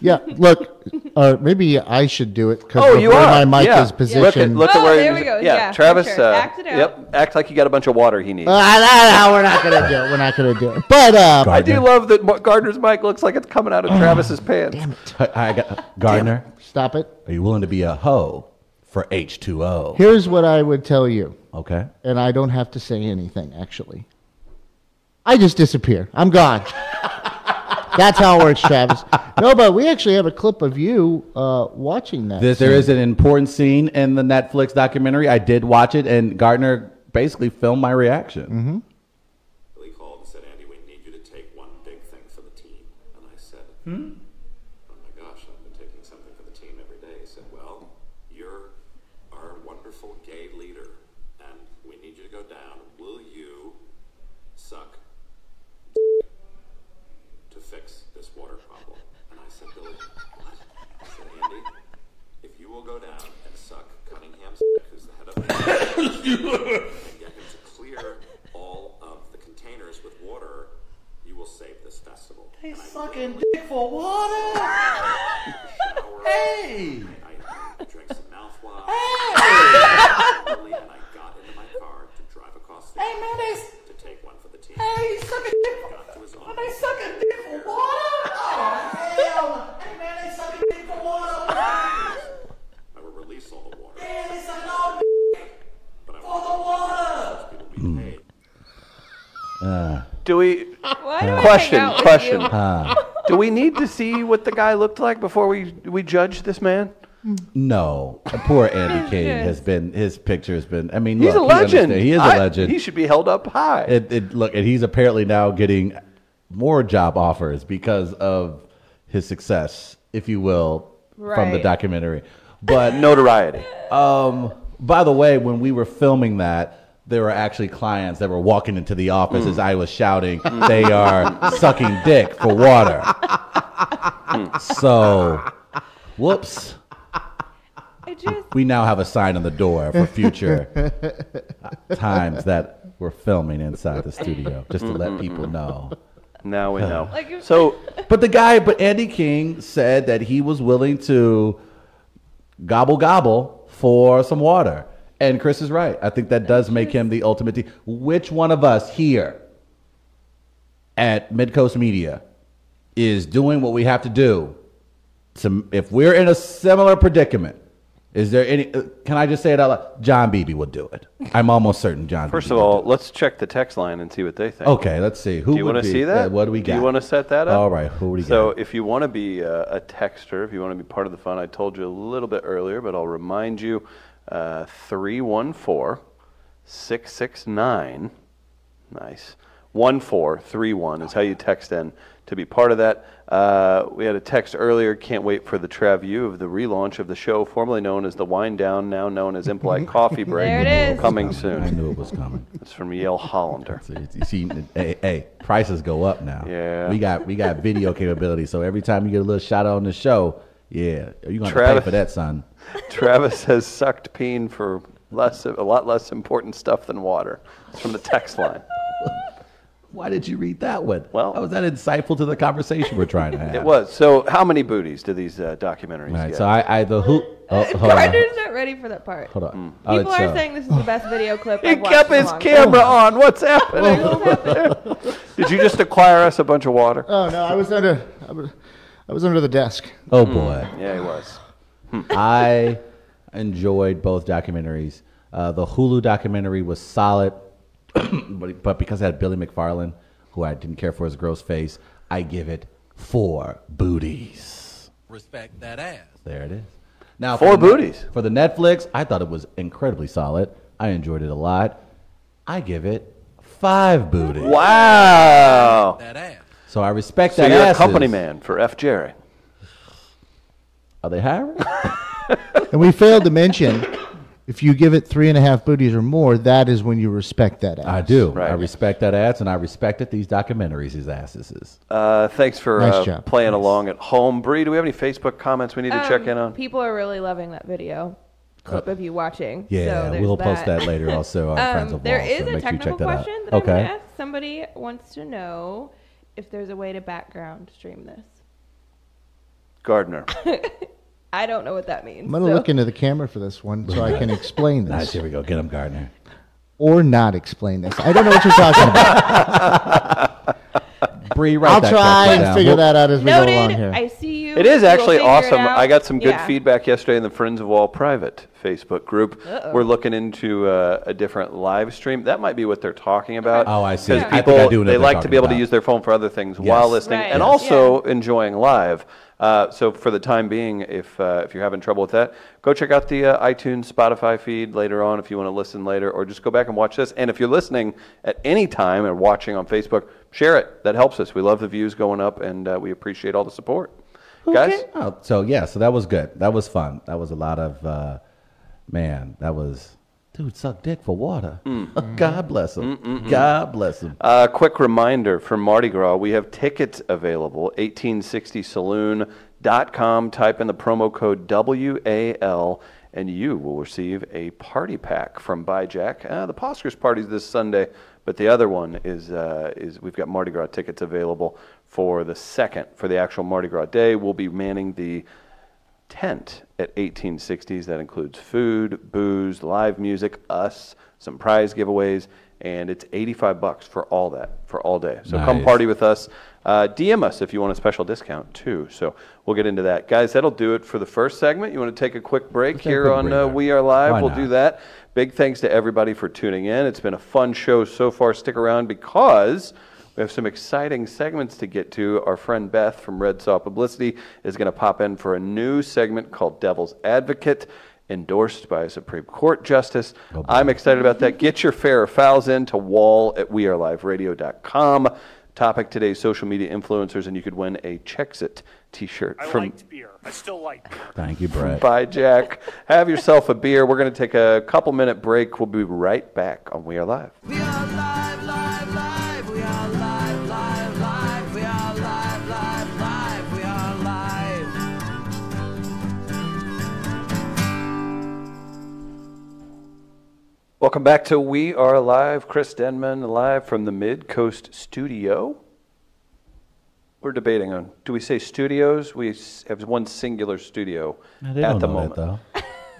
Yeah, look, uh, maybe I should do it because Oh, you where are. my mic yeah. Look is at, positioned. look at Oh, where. there we go. Yeah, Yeah, Travis. picture. Uh, Act it out. Yep. Act like you got a bunch of water he needs. Ah, nah, nah, we're not gonna do it. We're not gonna do it. But uh, I do love that Mar- Gardner's mic looks like it's coming out Oh, of Travis's pants. I got Gardner. stop it. Are you willing to be a hoe for H two O? Here's what I would tell you, Okay. and I don't have to say anything actually. I just disappear. I'm gone. [LAUGHS] That's how it works, Travis. No, but we actually have a clip of you uh, watching that. There, there is an important scene in the Netflix documentary. I did watch it, and Gardner basically filmed my reaction. Mm-hmm. They called and said, Andy, we need you to take one big thing for the team. And I said, Oh my gosh, I've been taking something for the team every day. He said, Well, you're our wonderful gay leader, and we need you to go down. Will you suck to fix this water problem? And I said, Billy, what? He said, Andy, if you will go down and suck Cunningham's who's the head of the and get him to clear all of the containers with water, you will save this festival. And I Fucking dick for water. [LAUGHS] shower. Hey. I, I drank some mouthwash. Early, and I got into my car to drive across the Hey, man, they, s- to take one for the team. hey, suck a dick. Got to his For, own. they suck a dick for water. Oh hell. Hey man, they suck a dick for water. I would release all the water, Man, they suck all but I for wanted the water. people to Hmm. be paid. Do we? Why do I Question. hang out with Question. you? Ah. Do we need to see what the guy looked like before we we judge this man? No, [LAUGHS] poor Andy Kane Yes. has been. His picture has been. I mean, He's look, a he legend. understand- He, is a I- legend. he should be held up high. it, it, look, and he's apparently now getting more job offers because of his success, if you will, from the Right. documentary. But Notoriety. Um, by the way, when we were filming that, there were actually clients that were walking into the office as I was shouting, "They are sucking dick for water." so, whoops. I [LAUGHS] just We now have a sign on the door for future times that we're filming inside the studio, just to let people know. Now we know. Like if- so But the guy, but Andy King said that he was willing to gobble gobble for some water. And Chris is right. I think that does make him the ultimate. de- Which one of us here at Midcoast Media is doing what we have to do? To, if we're in a similar predicament, is there any? uh, Can I just say it out loud? John Beebe would do it. I'm almost certain John. first Beebe of would all, do it. let's check the text line and see what they think. okay. Let's see. Who Do you would want to be- see that? uh, What do we got? Do you want to set that up? All right. Who do we So, got? if you want to be uh, a texter, if you want to be part of the fun, I told you a little bit earlier, but I'll remind you uh, 314 669. Nice. 1431 is how you text in to be part of that. Uh, we had a text earlier. Can't wait for the Travu of the relaunch of the show, formerly known as the Wind Down, now known [LAUGHS] as Impolite Coffee Break. There it is. Coming I soon. knew it was coming. It's from Yale Hollander. So you- you see, hey, hey, prices go up now. Yeah. we got we got video capability. So every time you get a little shout out on the show, yeah, you gonna have to pay Travis. for that, son. Travis has sucked peen for less, a lot less important stuff than water. It's from the text line. Why did you read that one? Well- how was that insightful to the conversation we're trying to have? [LAUGHS] It was. So, how many booties do these uh, documentaries All right, get? so I, I the who? [LAUGHS] Oh, hold on, Gardner's not ready for that part. hold Mm. on. Oh, uh, All People right, are so- saying this is [LAUGHS] the best video clip he I've watched kept in a his long time. camera on. What's happening? [LAUGHS] Did you just acquire us a bunch of water? Oh no, I was under, I was, I was under the desk. Oh Mm. boy, Yeah, he was. I enjoyed both documentaries. Uh, the Hulu documentary was solid, [CLEARS THROAT] but, but because I had Billy McFarlane, who I didn't care for his gross face, I give it four booties. Respect that ass. There it is. Now Four for the- booties. for the Netflix. I thought it was incredibly solid. I enjoyed it a lot. I give it five booties. Wow. That ass. So I respect So that. you're a asses. company man for F. Jerry. Are they hiring? And we failed to mention, if you give it three and a half booties or more, that is when you respect that. Ass. I do. I Right. respect that ass, and I respected these documentaries. These asses. Uh, thanks for Nice uh, job. playing along at home. Bree, do we have any Facebook comments we need to check Um, in on? People are really loving that video clip of you watching. Uh, Yeah, so there's we'll post that [LAUGHS] later also on Friends Um, of there Wall, is so a make sure you technical check that out. question that I'm okay. going to ask. Somebody wants to know if there's a way to background stream this. Gardner. I don't know what that means. I'm going to so- look into the camera for this one so I can explain Nice. this Here we go. Get him, Gardner. or not explain this. I don't know what you're talking about. Bree, write I'll that try question and down. figure We'll- that out as we Noted. go along here. I see you. It is We will actually figure it awesome. out. I got some good Yeah. feedback yesterday in the Friends of All Private Facebook group. Uh-oh. We're looking into uh, a different live stream. That might be what they're talking about. Oh, I see. I Because think I people do know they what like they're to be able talking about. to use their phone for other things while Yes. listening Right. and Yes. also enjoying live. Uh, so for the time being, if uh, if you're having trouble with that, go check out the uh, iTunes, Spotify feed later on if you want to listen later, or just go back and watch this. And if you're listening at any time and watching on Facebook, share it. That helps us. We love the views going up, and uh, we appreciate all the support, guys. Oh, so yeah, so that was good. That was fun. That was a lot of uh, man. That was dude suck dick for water. [LAUGHS] God bless him. God bless him. Uh, quick reminder for Mardi Gras, we have tickets available. 1860saloon.com. Type in the promo code WAL, and you will receive a party pack from Buy Jack. Uh, the Poskers party's this Sunday, but the other one is uh, is we've got Mardi Gras tickets available for the second for the actual Mardi Gras day. We'll be manning the tent at 1860s. That includes food, booze, live music, us, some prize giveaways, and it's 85 bucks for all that for all day. So come Nice. party with us. Uh, DM us if you want a special discount too. So we'll get into that, guys. That'll do it for the first segment. You want to take a quick break Let's take a here quick on break, uh, yeah. We Are Live? Why we'll not? do that. Big thanks to everybody for tuning in. It's been a fun show so far. Stick around because we have some exciting segments to get to. Our friend Beth from Red Saw Publicity is going to pop in for a new segment called Devil's Advocate, endorsed by a Supreme Court Justice. I'm excited about that. Get your fair or fouls in to wall at weareliveradio.com. Topic today social media influencers, and you could win a Chexit t shirt I from liked beer. I still like beer. Thank you, Brett. Bye, Jack. Have yourself a beer. We're going to take a couple minute break. We'll be right back on We Are Live. We are live, live, live. We are live, live, live. We are live, live, live. We are live. Welcome back to We Are Live. Chris Denman, live from the Mid Coast Studio. We're debating on do we say studios? We s- have one singular studio They at don't the know moment. that, though.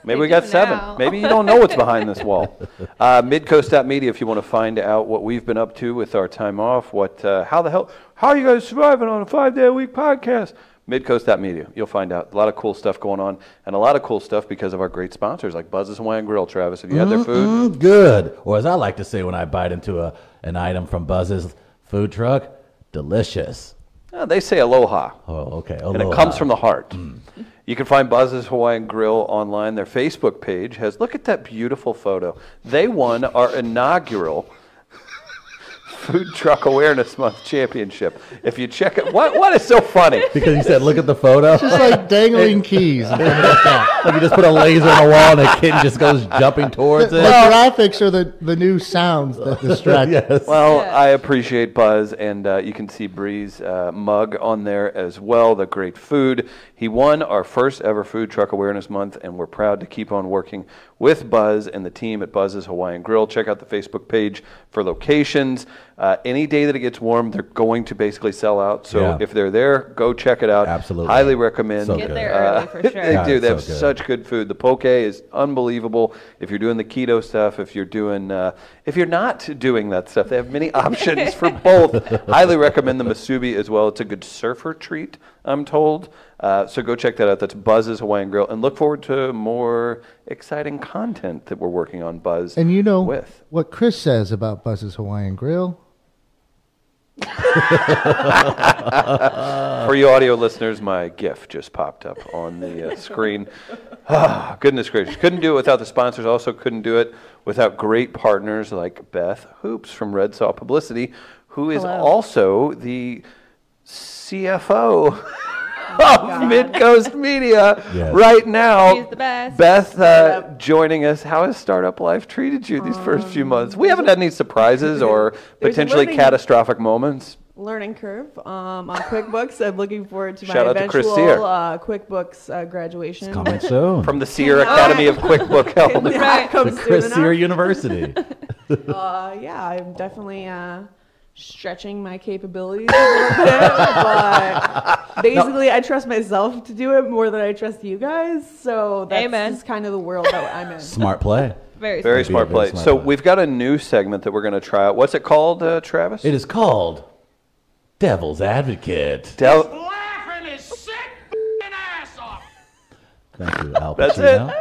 Maybe They we do got seven. now. Maybe you don't know what's behind this wall. Uh, Midcoast.media if you want to find out what we've been up to with our time off. What? Uh, how the hell? How are you guys surviving on a five-day-a-week podcast? Midcoast.media. You'll find out a lot of cool stuff going on, and a lot of cool stuff because of our great sponsors like Buzz's Hawaiian Grill. Travis, have you had their food? Mm, good. Or as I like to say when I bite into a an item from Buzz's food truck, delicious. Uh, they say aloha. Oh, okay. and it [LAUGHS] comes from the heart. You can find Buzz's Hawaiian Grill online. Their Facebook page has look at that beautiful photo. They won our inaugural Food Truck Awareness Month championship. If you check it, what what is so funny? because you said, "Look at the photo." It's like dangling [LAUGHS] keys. The like you just put a laser on the wall and a kid just goes jumping towards the it. graphics are the, the new sounds that [LAUGHS] distract. yes. Well, Yeah. I appreciate Buzz, and uh, you can see Bree's uh, mug on there as well. The great food. He won our first ever Food Truck Awareness Month, and we're proud to keep on working with Buzz and the team at Buzz's Hawaiian Grill. Check out the Facebook page for locations. Uh, any day that it gets warm, they're going to basically sell out. So Yeah. if they're there, go check it out. Absolutely. Highly recommend. So Get good. there Uh, early for sure. [LAUGHS] they Yeah, do. They have it's so good. such good food. The poke is unbelievable. If you're doing the keto stuff, if you're doing, uh, if you're not doing that stuff, they have many [LAUGHS] options [LAUGHS] for both. Highly recommend the masubi as well. It's a good surfer treat, I'm told. Uh, so go check that out. That's Buzz's Hawaiian Grill, and look forward to more exciting content that we're working on Buzz. And you know with what Chris says about Buzz's Hawaiian Grill? For you audio listeners, my GIF just popped up on the uh, screen. Ah, goodness gracious. Couldn't do it without the sponsors. Also, couldn't do it without great partners like Beth Hoops from Red Saw Publicity, who is Hello. also the CFO Oh of Midcoast Media Yes. right now. She's the best. Beth uh, joining us. How has startup life treated you these first Um, few months? We haven't had any surprises [LAUGHS] or There's a potentially learning- catastrophic moments. learning curve um, on QuickBooks. I'm looking forward to my Shout out to Chris eventual Sear. uh, QuickBooks uh, graduation. Coming soon From the [LAUGHS] Sierra Academy of QuickBook Health. That to comes soon Chris Sear enough. University. Uh, yeah, I'm definitely uh, stretching my capabilities a little [LAUGHS] bit, but basically, I trust myself to do it more than I trust you guys. So that's Amen. just kind of the world that I'm in. Smart play. Very Very It'd be a smart very play. smart So play. we've got a new segment that we're going to try out. What's it called, uh, Travis? It is called Devil's Advocate. Del- Laughing his sick ass off. Thank you, Al That's Pacino.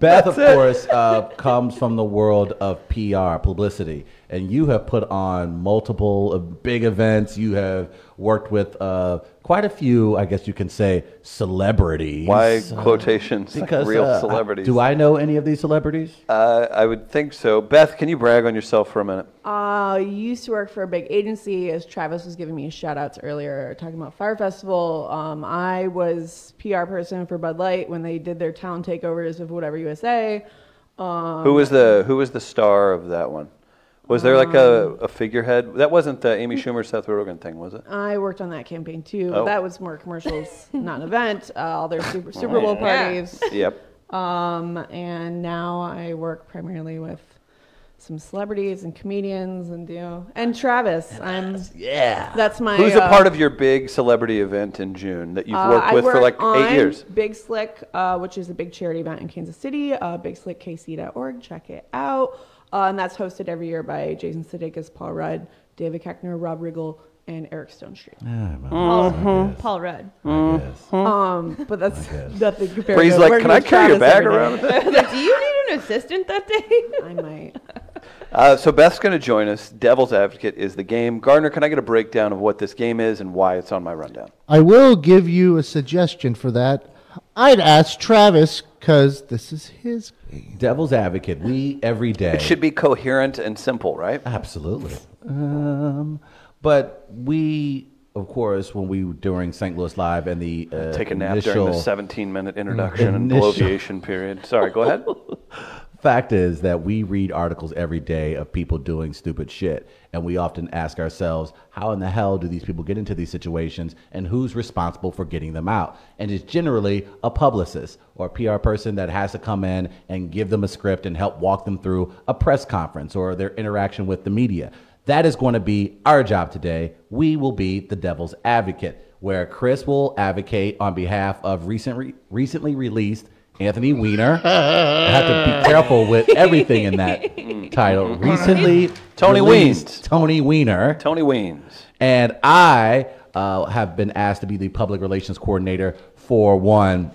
Beth, of That's it. course, uh, comes from the world of PR, publicity, and you have put on multiple uh, big events. You have worked with uh, quite a few, I guess you can say, celebrities. Why quotations? [LAUGHS] like uh, Because real uh, I- celebrities. do I know any of these celebrities? Uh, I would think so. Beth, can you brag on yourself for a minute? Uh, I used to work for a big agency, as Travis was giving me shout outs earlier, talking about Fire Festival. Um, I was PR person for Bud Light when they did their town takeovers of Whatever USA. Um, who was the Who was the star of that one? Was there like a, Um, a figurehead? That wasn't the Amy Schumer Seth Rogen thing, was it? I worked on that campaign too. Oh. That was more commercials, not an event. Uh, all their Super, Super Bowl parties. Yep. Um, [LAUGHS] and now I work primarily with some celebrities and comedians and do and Travis. I'm Yeah. that's my Who's a uh, part of your big celebrity event in June that you've uh, worked I with for work like on eight years? Big Slick, uh, which is a big charity event in Kansas City, uh, bigslickkc.org. Check it out. Uh, and that's hosted every year by Jason Sudeikis, Paul Rudd, David Keckner, Rob Riggle, and Eric Stone Street. Yeah, I Paul, guess, Mm-hmm. Paul Rudd. Mm-hmm. I guess. Um, but that's nothing compared Where he's to like, working "Can I with carry your Travis bag every day." around?" with me?" [LAUGHS] Like, Do you need an assistant [LAUGHS] that day? I might. Uh, so Beth's going to join us. Devil's Advocate is the game. Gardner, can I get a breakdown of what this game is and why it's on my rundown? I will give you a suggestion for that. I'd ask Travis because this is his game. Devil's Advocate. We every day. It should be coherent and simple, right? Absolutely. Um, but we, of course, when we during St. Louis Live and the uh, Take a nap initial Mm, during the 17 minute introduction and Initial- bloviation period. Sorry, [LAUGHS] go ahead. fact is that we read articles every day of people doing stupid shit, and we often ask ourselves, how in the hell do these people get into these situations, and who's responsible for getting them out? And it's generally a publicist or a PR person that has to come in and give them a script and help walk them through a press conference or their interaction with the media. That is going to be our job today. We will be the devil's advocate, where Chris will advocate on behalf of recent re- recently released Anthony Weiner. I have to be careful with everything in that title. Recently, Tony released Weens. Tony Weiner, Tony Weens. and I uh, have been asked to be the public relations coordinator for one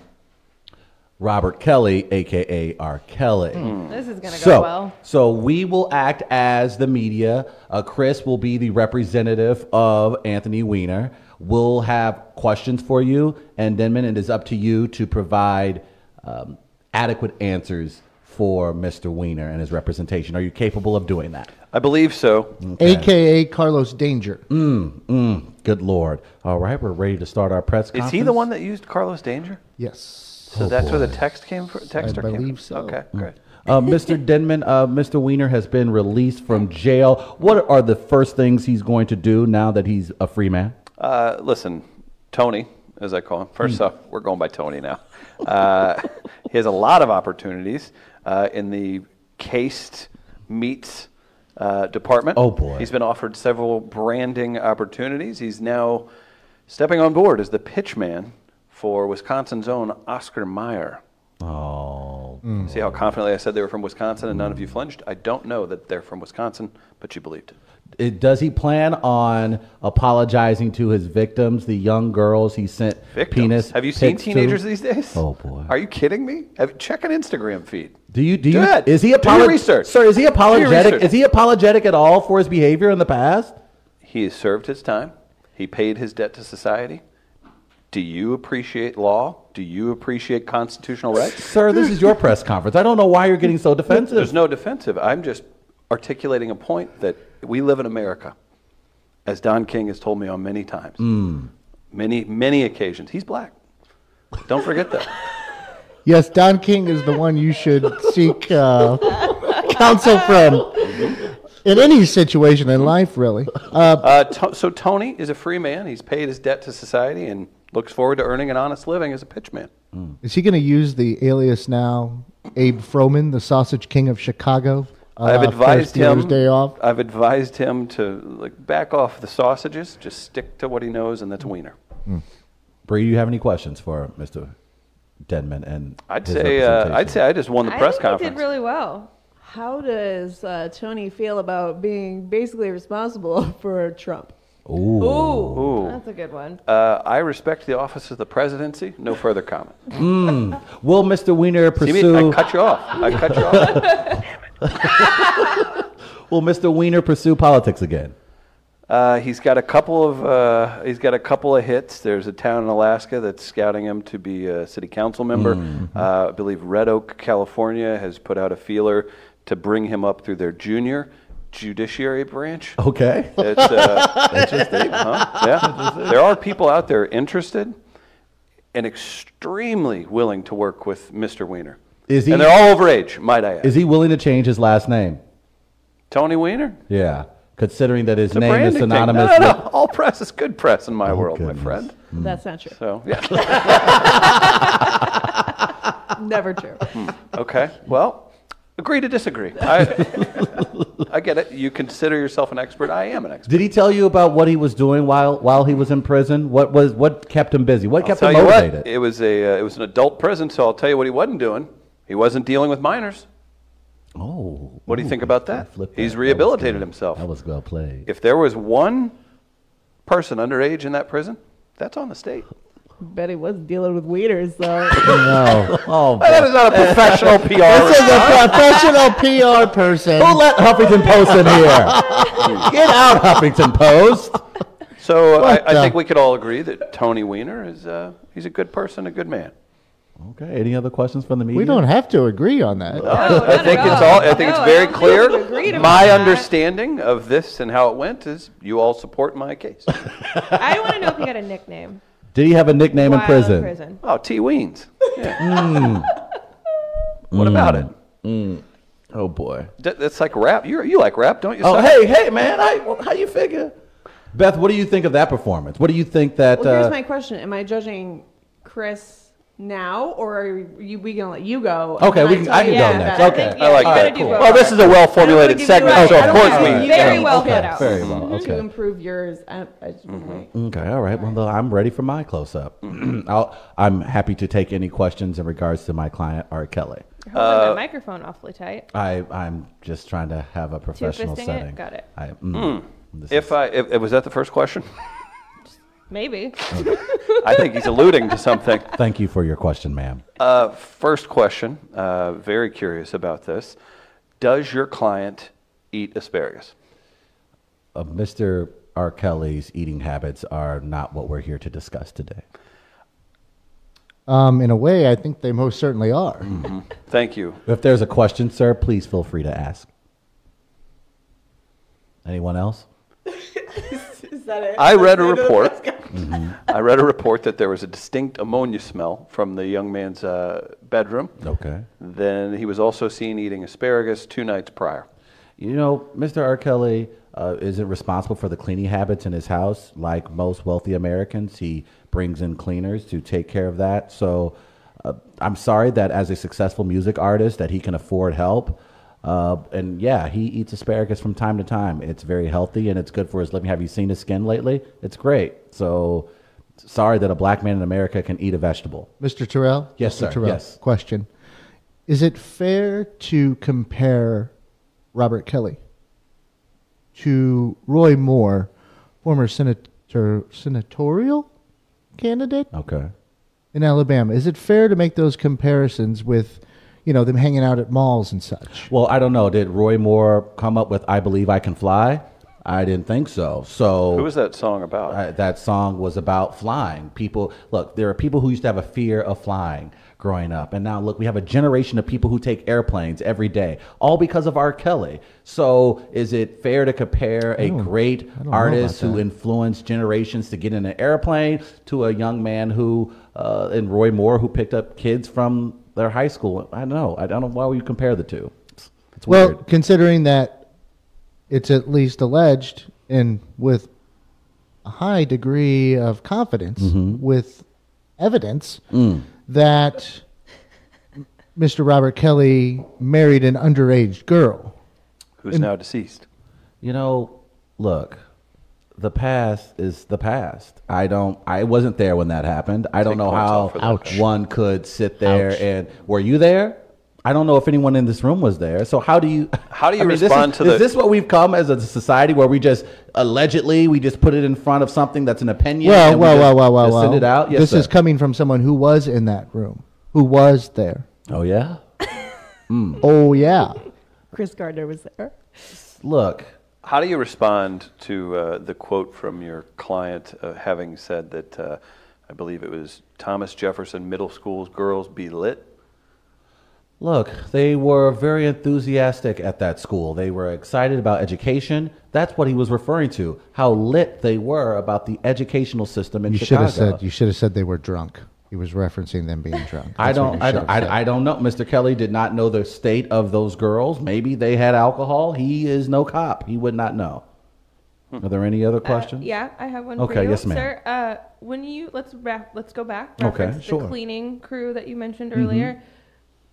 Robert Kelly, aka R. Kelly. This is gonna So, go well. so we will act as the media. Uh, Chris will be the representative of Anthony Weiner. We'll have questions for you, and Denman, it is up to you to provide um, adequate answers for Mr. Weiner and his representation. Are you capable of doing that? I believe so. AKA Carlos Danger. Hmm, Good Lord. All right, we're ready to start our press Is conference. he the one that used Carlos Danger? Yes. So that's where the text came from? Texter came from? believe so. Okay, great. Uh, [LAUGHS] Mr. Denman, uh, Mr. Weiner has been released from jail. What are the first things he's going to do now that he's a free man? Uh, listen, Tony, as I call him. First Hmm. off, we're going by Tony now. Uh, [LAUGHS] he has a lot of opportunities uh, in the cased meats uh, department. Oh, boy. He's been offered several branding opportunities. He's now stepping on board as the pitch man for Wisconsin's own Oscar Mayer. Oh, See how confidently I said they were from Wisconsin and none of you flinched? I don't know that they're from Wisconsin, but you believed it. It, does he plan on apologizing to his victims, the young girls he sent Victims. penis? Have you seen pics to? teenagers these days? Oh, boy. Are you kidding me? Have, check an Instagram feed. Do you do, Do you it. is he Do your apolog- research. Sir, is Do he your apologetic? research. Is he apologetic at all for his behavior in the past? He has served his time. He paid his debt to society. Do you appreciate law? Do you appreciate constitutional rights? Sir, this is your press conference. I don't know why you're getting so defensive. There's no defensive. I'm just articulating a point that we live in America, as Don King has told me on many times, Hmm. many many occasions. He's black. Don't forget [LAUGHS] that. Yes, Don King is the one you should seek uh, counsel from in any situation in life, really. Uh, Uh, to- so Tony is a free man. He's paid his debt to society and looks forward to earning an honest living as a pitchman. is he going to use the alias now, Abe Froman, the sausage king of Chicago? I've uh, advised first dealer's him. day off. I've advised him to like back off the sausages. Just stick to what he knows, and that's wiener. Bree, you have any questions for Mr. Denman? And I'd his say. Uh, representation? I'd say I just won the I press think conference. he did really well. How does uh, Tony feel about being basically responsible [LAUGHS] for Trump? Ooh. Ooh. That's a good one. Uh, I respect the office of the presidency. No further comment. Mm. Will Mr. Wiener See me? I pursue? cut you off. I cut you off. Will Mr. Wiener pursue politics again? Uh, he's got a couple of uh, he's got a couple of hits. There's a town in Alaska that's scouting him to be a city council member. Mm-hmm. Uh, I believe Red Oak, California, has put out a feeler to bring him up through their junior judiciary branch. Okay. [LAUGHS] [LAUGHS] It's uh, interesting, huh? Yeah, there are people out there interested and extremely willing to work with Mr. Weiner. Is he- And they're all over age, might I add. Is he willing to change his last name? Tony Weiner? Yeah, considering that his The name is branding thing. synonymous. No, no, with- Oh, no. All press is good press in my world, goodness. my friend. That's [LAUGHS] not true. So, yeah. Never true. okay. Well, agree to disagree. I, I get it. You consider yourself an expert. I am an expert. Did he tell you about what he was doing while while he was in prison? What was what kept him busy? What I'll kept tell him you motivated? what, it was a uh, it was an adult prison, so I'll tell you what he wasn't doing. He wasn't dealing with minors. Oh, What do you ooh, think about I that? flipped He's that. That was rehabilitated good. himself. That was well [LAUGHS] played. If there was one person underage in that prison, that's on the state. Bet he was dealing with weeders [LAUGHS] though. [LAUGHS] no, oh, That is boy. not a [LAUGHS] professional This is PR. [LAUGHS] a professional PR person. who let Huffington Post in here? [LAUGHS] Get out, Huffington Post. So uh, What I, I think the- we could all agree that Tony Weiner is uh, he's a good person, a good man. Okay. Any other questions from the media? We don't have to agree on [LAUGHS] that. Oh, I think it's all. I think No, it's I very don't clear. think we agreed about My that. understanding of this and how it went is you all support my case. I want to know if he got a nickname. Did he have a nickname in while prison? prison. oh, T Weens. Yeah. Hmm. What about it? Mm. Oh boy. D- That's like rap. You you like rap, don't you? Oh son? hey hey man, I, how you figure? Beth, what do you think of that performance? What do you think that? Well, here's uh, my question: Am I judging Chris now, or are you, we gonna let you go? and Okay, then we can- tell I you can go that? next. I like think, that. yeah, I like you that. gotta do both. Well, this is a well formulated I don't wanna segment, give so you of right. course I don't wanna we. give you very yeah. well Okay, thought out. Mm-hmm. Very well. Oh, Okay. Mm-hmm. To improve yours, I, I just wait. Okay, all right. Well, then I'm ready for my close up. [CLEARS THROAT] I'll, I'm happy to take any questions in regards to my client, R. Kelly. Hold on, uh, my microphone awfully tight. I, I'm just trying to have a professional fisting it? setting. Got it. I, mm, Hmm. this If is- I if, if- was that the first question, [LAUGHS] Maybe. I think he's alluding to something. thank you for your question, ma'am. Uh, first question. Uh, very curious about this. Does your client eat asparagus? Uh, Mr. R. Kelly's eating habits are not what we're here to discuss today. Um, in a way, I think they most certainly are. Mm-hmm. Thank you. If there's a question, sir, please feel free to ask. Anyone else? Is that it? I read a report. Mm-hmm. I read a report that there was a distinct ammonia smell from the young man's uh, bedroom. Okay. Then he was also seen eating asparagus two nights prior. You know, Mr. R. Kelly uh, isn't responsible for the cleaning habits in his house. Like most wealthy Americans, he brings in cleaners to take care of that. So uh, I'm sorry that as a successful music artist that he can afford help. Uh, and yeah, he eats asparagus from time to time. It's very healthy and it's good for his living. Have you seen his skin lately? It's great. So sorry that a black man in America can eat a vegetable. Mr. Terrell? Yes, Mr. sir. Terrell, Yes. Question Is it fair to compare Robert Kelly to Roy Moore, former senator, senatorial candidate Okay. in Alabama? Is it fair to make those comparisons with, you know, them hanging out at malls and such? Well, I don't know. Did Roy Moore come up with "I Believe I Can Fly"? I didn't think so. So Who was that song about? uh, that song was about flying. People, look, there are people who used to have a fear of flying growing up. And now, look, we have a generation of people who take airplanes every day, all because of R. Kelly. So, is it fair to compare a great don't know artist about who influenced generations to get in an airplane to a young man who, uh, and Roy Moore, who picked up kids from their high school? I don't know. I don't know why would you compare the two. It's, it's Well, weird. considering that it's at least alleged and with a high degree of confidence with evidence that Mr. Robert Kelly married an underage girl. who's now deceased. You know, look, the past is the past. I don't. I wasn't there when that happened. I don't Take know points how off for that. Ouch. one could sit there Ouch. and were you there? I don't know if anyone in this room was there. So how do you How do you I mean, this respond is, to is the- this what we've come as a society where we just allegedly we just put it in front of something that's an opinion? well, and we well, just- well, well, well, just well. Send it out. Yes, this sir. is coming from someone who was in that room, who was there. Oh yeah. Oh yeah. Chris Gardner was there. Look, How do you respond to uh, the quote from your client uh, having said that, uh, I believe it was Thomas Jefferson Middle School's girls be lit? Look, they were very enthusiastic at that school. They were excited about education. That's what he was referring to. How lit they were about the educational system in You should Chicago. have said. You should have said they were drunk. He was referencing them being drunk. I That's what don't. you I should don't, have said. I, I don't know. Mr. Kelly did not know the state of those girls. Maybe they had alcohol. He is no cop. He would not know. Are there any other questions? Uh, Yeah, I have one for Okay, you, yes, ma'am. sir. Uh, when you let's wrap, let's go back. Okay, reference sure. Mm-hmm. The cleaning crew that you mentioned earlier.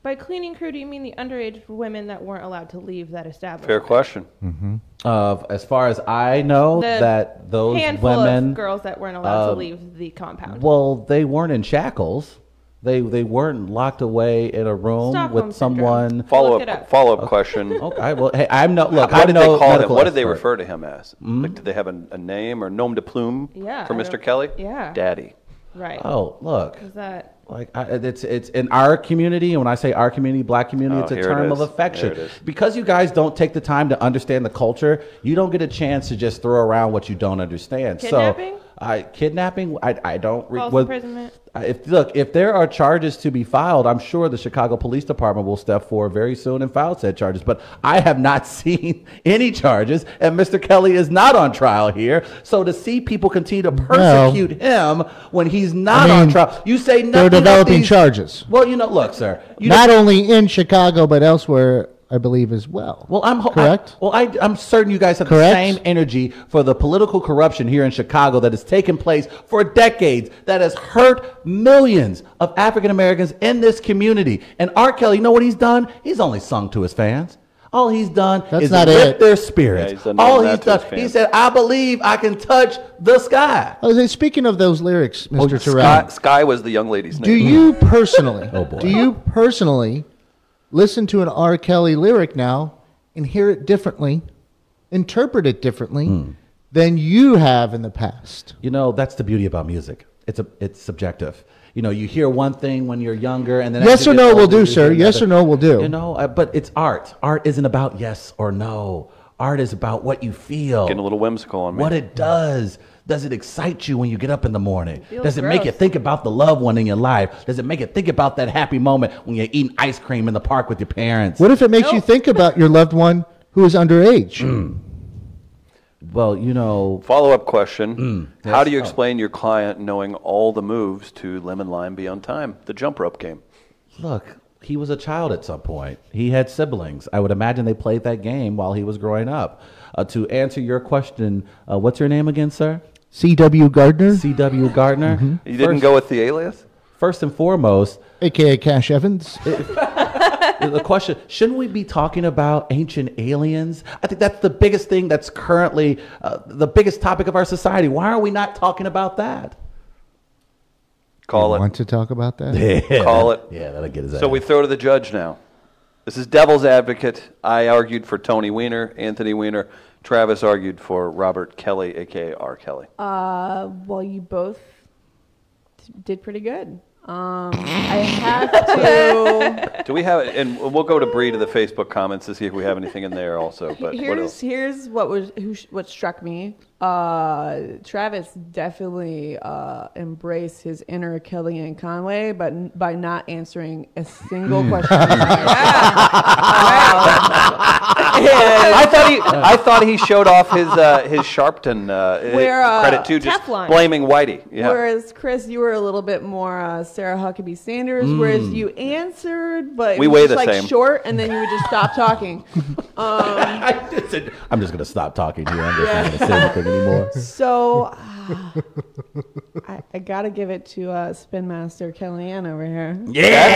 By cleaning crew, do you mean the underage women that weren't allowed to leave that establishment? Fair question. Hmm. Of as far as I know, The that those Handful women of girls that weren't allowed uh, to leave the compound. Well, they weren't in shackles. They they weren't locked away in a room Stockholm with syndrome. someone. Follow it up, up. follow up question. Okay. Well, hey, I'm no look. What I did know they call him? medical What did they expert. Mm-hmm. refer to him as? Like, did they have a, a name or nom de plume Yeah, for I Mr. don't- Kelly? yeah. Daddy. right. Oh, look. Is that Like I, it's it's in our community, and when I say our community, black community, Oh, it's a here it term is. of affection. Here it is. Because you guys don't take the time to understand the culture, you don't get a chance to just throw around what you don't understand. Kidnapping? So, I kidnapping. I I don't. False well, imprisonment. I- If look, if there are charges to be filed, I'm sure the Chicago Police Department will step forward very soon and file said charges. But I have not [LAUGHS] seen any charges, and Mr. Kelly is not on trial here. So to see people continue to persecute him when he's not on mean, trial, you say They're nothing of developing these- charges, Well, you know, look, sir. You not only in Chicago but elsewhere, I believe as well. well, I'm ho- correct. I, well, I, I'm certain you guys have Correct? the same energy for the political corruption here in Chicago that has taken place for decades, that has hurt millions of African Americans in this community. And R. Kelly, you know what he's done? He's only sung to his fans. All he's done That's is not lift it. their Yeah, spirits. he's done All he's that to his done, he fans. said, "I believe I can touch the sky." I was saying, speaking of those lyrics, Oh, Mr. Terrell, Sky, Sky was the young lady's name. do you personally? [LAUGHS] Oh, boy. Do you personally listen to an R. Kelly lyric now and hear it differently, interpret it differently Hmm. than you have in the past? You know, that's the beauty about music. It's a it's subjective. You know, you hear one thing when you're younger, and then Yes as you or get no will older, do, you sir. hear Yes another- or no will do. You know, uh, but it's art. Art isn't about yes or no. Art is about what you feel. Getting a little whimsical on me. What it does. Does it excite you when you get up in the morning? Feels Does it make you gross. think about the loved one in your life? Does it make you think about that happy moment when you're eating ice cream in the park with your parents? What if it makes you No. think about your loved one who is underage? Hmm. Well, you know, Follow up question. How yes. do you Oh. explain your client knowing all the moves to Lemon Lime Be On Time, the jump rope game? Look, he was a child at some point. He had siblings. I would imagine they played that game while he was growing up. Uh, to answer your question, uh, what's your name again, sir? C.W. Gardner, C.W. Gardner. You Mm-hmm. didn't first, go with the alias? First and foremost, aka Cash Evans. the question shouldn't we be talking about ancient aliens i think that's the biggest thing that's currently uh, the biggest topic of our society why are we not talking about that [LAUGHS] Call Want it. to talk about that? Call it. yeah that'll get his So ass. we throw to the judge now. This is devil's advocate. I argued for Tony Weiner, Anthony Weiner. Travis argued for Robert Kelly, aka R. Kelly. Uh, well, you both did pretty good. Um, I have to. Do we have it? And we'll go to Bree to the Facebook comments to see if we have anything in there [LAUGHS] also. But what here's else? here's what was who sh- what struck me. Uh, Travis definitely uh, embraced his inner Kelly and Conway, but n- by not answering a single question. I thought he, I thought he showed off his uh, his Sharpton uh, We're, uh, credit too, just Teflon. blaming Whitey. [LAUGHS] Yeah. Whereas Chris, you were a little bit more uh, Sarah Huckabee Sanders. Whereas you answered, but it Hmm. We was weigh just, the like same. short, and then you would [LAUGHS] just stop talking. I just said- i'm just going to stop talking to you i'm just not going to say anything anymore. So ah, I, I gotta give it to uh, Spin Master Kellyanne over here. That's a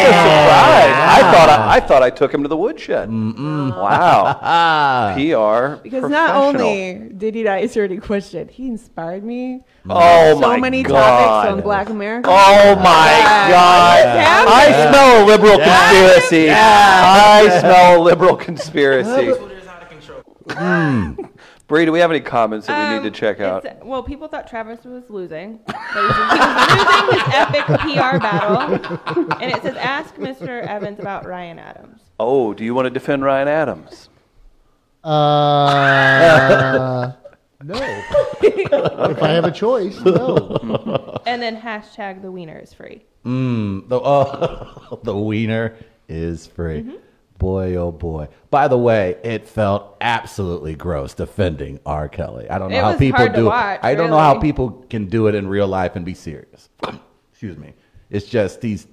surprise. I thought I, I thought I took him to the woodshed. Wow. PR. Because not professional. only did he not answer any question, he inspired me. Oh so my many God. topics on Black America. Oh my God! Yeah. I smell a liberal conspiracy. I smell a liberal conspiracy. [LAUGHS] Bree, do we have any comments that Um, we need to check out? um, It's- well, people thought Travis was losing, but he was he was losing this epic PR battle. And it says, "Ask Mr. Evans about Ryan Adams." Oh, do you want to defend Ryan Adams? Uh, no. if I have a choice, no. And then hashtag the wiener is free. Mm, the [LAUGHS] oh, the wiener is free. Mm-hmm. Boy, oh boy. By the way, it felt absolutely gross defending R. Kelly. I don't know It how was people hard to do watch, it. I don't know how really. people can do it in real life and be serious. [CLEARS THROAT] Excuse me. It's just these.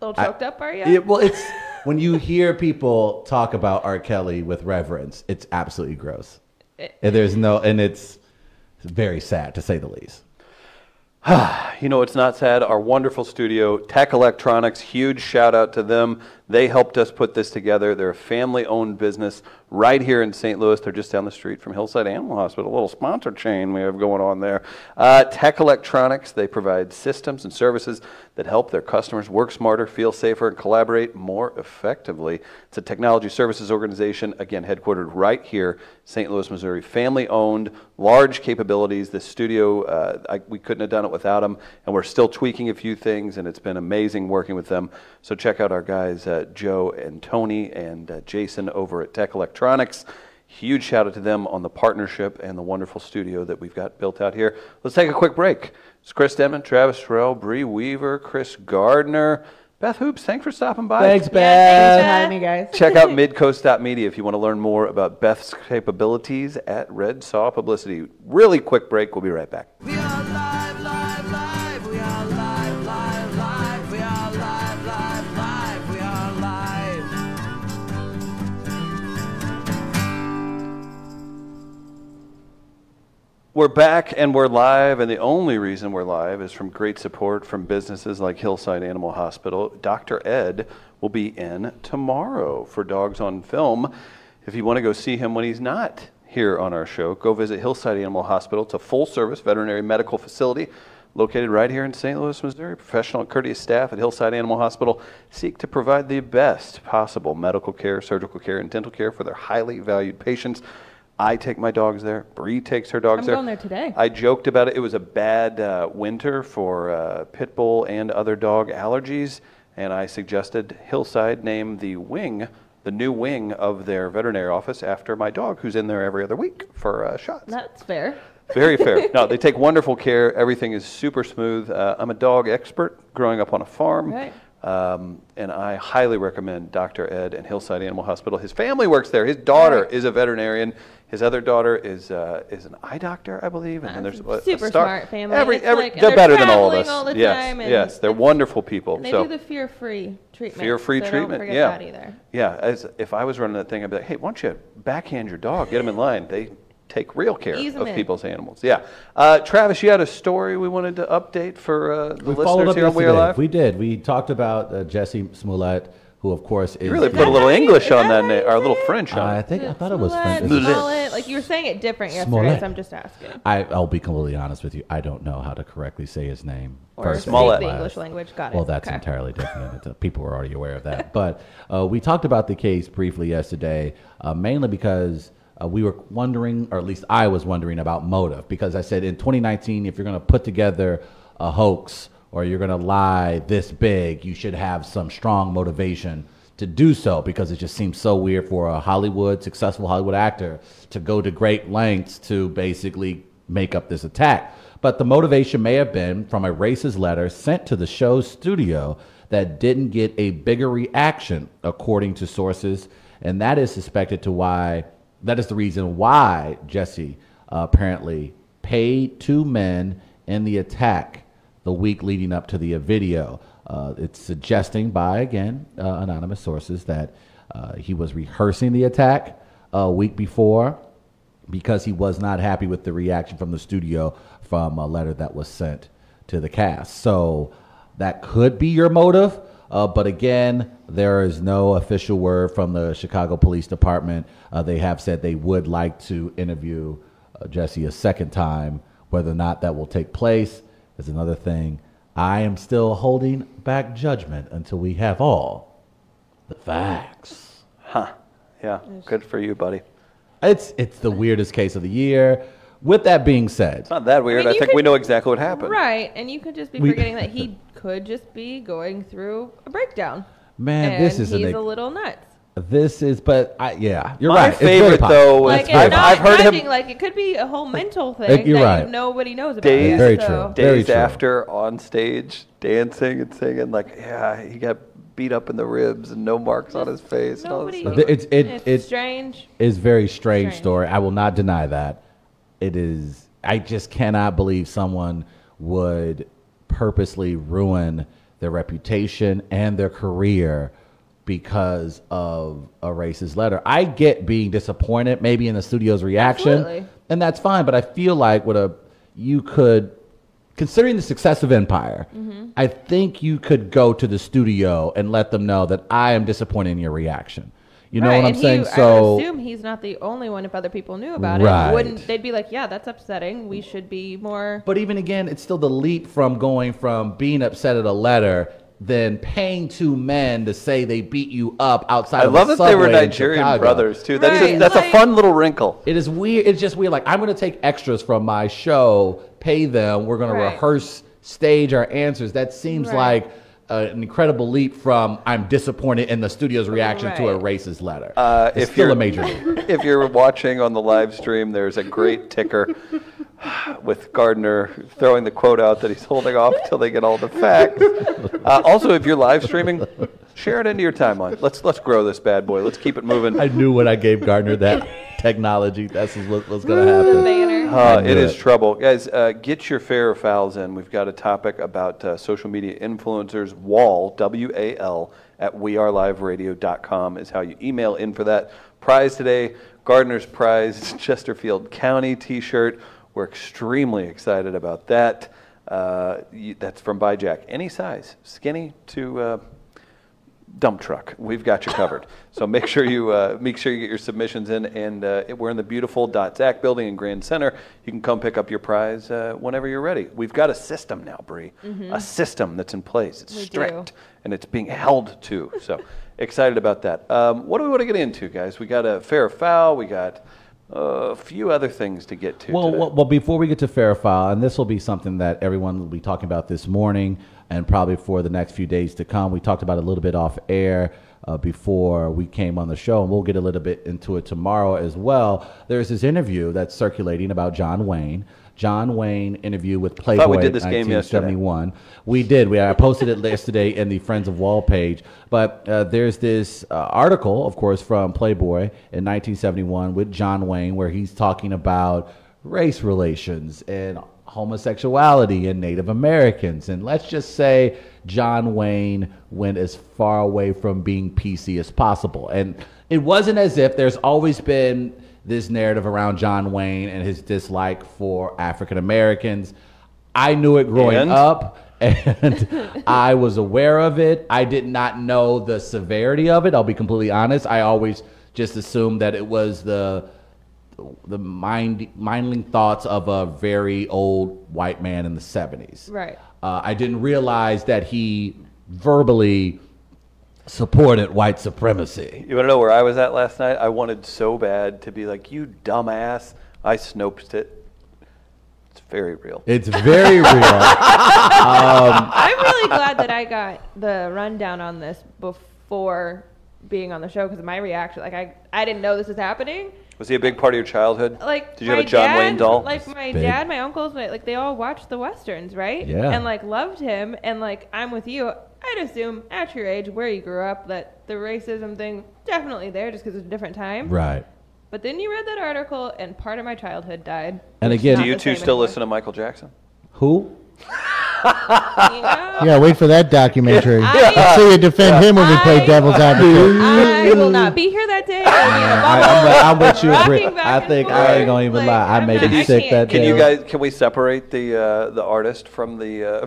A little I- choked up, are you? It, well, it's when you hear people talk about R. Kelly with reverence, it's absolutely gross. It- and there's no, and it's very sad to say the least. You know, it's not sad. Our wonderful studio, Tech Electronics, huge shout out to them. They helped us put this together. They're a family owned business right here in St. Louis. They're just down the street from Hillside Animal Hospital, a little sponsor chain we have going on there. Uh, Tech Electronics, they provide systems and services that help their customers work smarter, feel safer, and collaborate more effectively. It's a technology services organization, again, headquartered right here, St. Louis, Missouri. Family owned, large capabilities. This studio, uh, I, we couldn't have done it without them, and we're still tweaking a few things, and it's been amazing working with them. So check out our guys, uh, Joe and Tony and uh, Jason over at Tech Electronics. Huge shout out to them on the partnership and the wonderful studio that we've got built out here. Let's take a quick break. It's Chris Demon, Travis Terrell, Bree Weaver, Chris Gardner, Beth Hoops. Thanks for stopping by. Thanks, Yeah, Thanks Beth. for having me, guys. Check out midcoast.media if you want to learn more about Beth's capabilities at Red Saw Publicity. Really quick break. We'll be right back. We are live, live, live. We are live, live, live. We are live, live, live. We are live. We're back and we're live, and the only reason we're live is from great support from businesses like Hillside Animal Hospital. Dr. Ed will be in tomorrow for Dogs on Film. If you want to go see him when he's not here on our show, go visit Hillside Animal Hospital. It's a full service veterinary medical facility located right here in St. Louis, Missouri. Professional and courteous staff at Hillside Animal Hospital seek to provide the best possible medical care, surgical care, and dental care for their highly valued patients. I take my dogs there. Bree takes her dogs I'm there. going there today. I joked about it. It was a bad uh, winter for uh, pit bull and other dog allergies, and I suggested Hillside name the wing, the new wing of their veterinary office after my dog, who's in there every other week for uh, shots. That's fair. Very fair. No, they take wonderful care. Everything is super smooth. Uh, I'm a dog expert growing up on a farm. Right. Um, and I highly recommend Dr. Ed and Hillside Animal Hospital. His family works there. His daughter is a veterinarian. His other daughter is uh, is an eye doctor, I believe. And then there's a- a Super star- smart family. Every, It's every, like- they're they're better than all of traveling us. all the yes, time and yes, they're it's- wonderful people. And they so do the fear-free treatment. Fear-free so treatment. Don't forget yeah. that either. Yeah. As if I was running that thing, I'd be like, hey, why don't you backhand your dog, get him in line? They take real care Ease 'em of in. people's animals. Yeah. Uh, Travis, you had a story we wanted to update for uh, the listeners here on We Are yesterday. Live. We did. We talked about uh, Jesse Smollett, who of course is. you really the- put a little how you- English is on that that how name, you or a little say it? French on I it. think I thought it was Smollett, French. Smollett. Like you were saying it different yesterday, Smollett. so I'm just asking. I, I'll be completely honest with you. I don't know how to correctly say his name. Or First speak Smollett. the name, English last. language. Got it. Well, that's Okay. [LAUGHS] entirely different. It's, uh, People were already aware of that. But uh, we talked about the case briefly yesterday, uh, mainly because uh, we were wondering, or at least I was wondering about motive. Because I said in 2019, if you're going to put together a hoax or you're going to lie this big, you should have some strong motivation to do so because it just seems so weird for a Hollywood, successful Hollywood actor to go to great lengths to basically make up this attack. But the motivation may have been from a racist letter sent to the show's studio that didn't get a bigger reaction, according to sources, and that is suspected to why that is the reason why Jesse uh, apparently paid two men in the attack the week leading up to the video. Uh, it's suggesting by again uh, anonymous sources that uh, he was rehearsing the attack a week uh, before because he was not happy with the reaction from the studio from a letter that was sent to the cast. So that could be your motive. Uh, but again, there is no official word from the Chicago Police Department. Uh, they have said they would like to interview uh, Jesse a second time. Whether or not that will take place is another thing. I am still holding back judgment until we have all the facts. Huh. Yeah. Good for you, buddy. It's it's the weirdest case of the year. With that being said, It's not that weird. I, mean, you think we could- know exactly what happened. Right, and you could just be We- forgetting that he could just be going through a breakdown. Man, and this is an he's ex- a little nuts. this is but I yeah, you're My right. It's very favorite possible. though is Like, It's it's very not I've- I've heard him- nothing, Like, it could be a whole mental Like, thing you're that right. you, nobody knows about. Days- it, Very so- true. Very days true. after on stage dancing and singing like yeah he got beat up in the ribs and no marks on his face and all this Nobody. stuff. It's- it- it's it's- strange. is very strange, Strange. story. I will not deny that. It is. I just cannot believe someone would purposely ruin their reputation and their career because of a racist letter. I get being disappointed, maybe in the studio's reaction, Absolutely. and that's fine. But I feel like with a you could considering the success of Empire, Mm-hmm. I think you could go to the studio and let them know that I am disappointed in your reaction. You know right, what I'm and saying? He, I so would assume he's not the only one. If other people knew about Right. it, wouldn't they'd be like, "Yeah, that's upsetting. We should be more." But even again, it's still the leap from going from being upset at a letter than paying two men to say they beat you up outside I of love a that they were subway in Nigerian Chicago. brothers too. That's a, Right, that's a like- fun little wrinkle. It is weird. It's just weird. Like I'm going to take extras from my show, pay them. We're going Right. to rehearse, stage our answers. That seems Right. like uh, an incredible leap from I'm disappointed in the studio's reaction to a racist letter. Uh, it's if still you're a major leap. if you're watching on the live stream, there's a great ticker with Gardner throwing the quote out that he's holding off till they get all the facts. Uh, also, if you're live streaming, share it into your timeline. Let's let's grow this bad boy. Let's keep it moving. I knew when I gave Gardner that technology, that's what, what's [LAUGHS] going to happen. Banner. Uh, I it knew is it. trouble, guys. Uh, get your fair fouls in. We've got a topic about uh, social media influencers. Wall W A L at weareliveradio.com is how you email in for that prize today. Gardner's prize, [LAUGHS] Chesterfield County T-shirt. We're extremely excited about that. Uh, you, that's from BuyJack. Any size, skinny to. Uh, dump truck. We've got you covered. so make sure you uh, make sure you get your submissions in, and uh, we're in the beautiful Dot Zach building in Grand Center. You can come pick up your prize uh, whenever you're ready. We've got a system now, Bree, a system that's in place. It's Mm-hmm. We do. strict and it's being held to. So excited about that. Um, what do we want to get into, guys? We got a fair or foul. We got uh, a few other things to get to. Well, today. well, well, before we get to Fairfile, and this will be something that everyone will be talking about this morning and probably for the next few days to come. We talked about it a little bit off air uh, before we came on the show, and we'll get a little bit into it tomorrow as well. There's this interview that's circulating about John Wayne. John Wayne interview with Playboy. we did this game yesterday. 1971 one. We did. We I posted it yesterday in the Friends of Wall page. But uh, there's this uh, article, of course, from Playboy in 1971 with John Wayne, where he's talking about race relations and homosexuality and Native Americans. And let's just say John Wayne went as far away from being PC as possible. And it wasn't as if there's always been this narrative around John Wayne and his dislike for African Americans. I knew it growing And? up [LAUGHS] and I was aware of it. I did not know the severity of it. I'll be completely honest. I always just assumed that it was the the mind mindling thoughts of a very old white man in the 70s. Right. Uh, I didn't realize that he verbally supported white supremacy. You want to know where I was at last night? I wanted so bad to be like, you dumbass. I snopes it. It's very real. It's [LAUGHS] very real. I'm really glad that I got the rundown on this before being on the show because my reaction, like, I I didn't know this was happening. Was he a big part of your childhood? Like, did you my have a John dad, Wayne doll? Like my Big. dad, my uncles, my, like they all watched the westerns, right? Yeah. And like loved him, and like I'm with you. I'd assume at your age, where you grew up, that the racism thing definitely there, just because it's a different time. right. But then you read that article, and part of my childhood died. And It's again- not Do you the two same still anymore. listen to Michael Jackson? Who? [LAUGHS] [LAUGHS] Yeah, wait for that documentary. I- So you defend him when we play I- devil's advocate. I will not be here that [LAUGHS] day. I, am with you, Britt. I think I ain't gonna even lie. I may Can be you- sick that Can day. you guys? Can we separate the uh, the artist from the uh,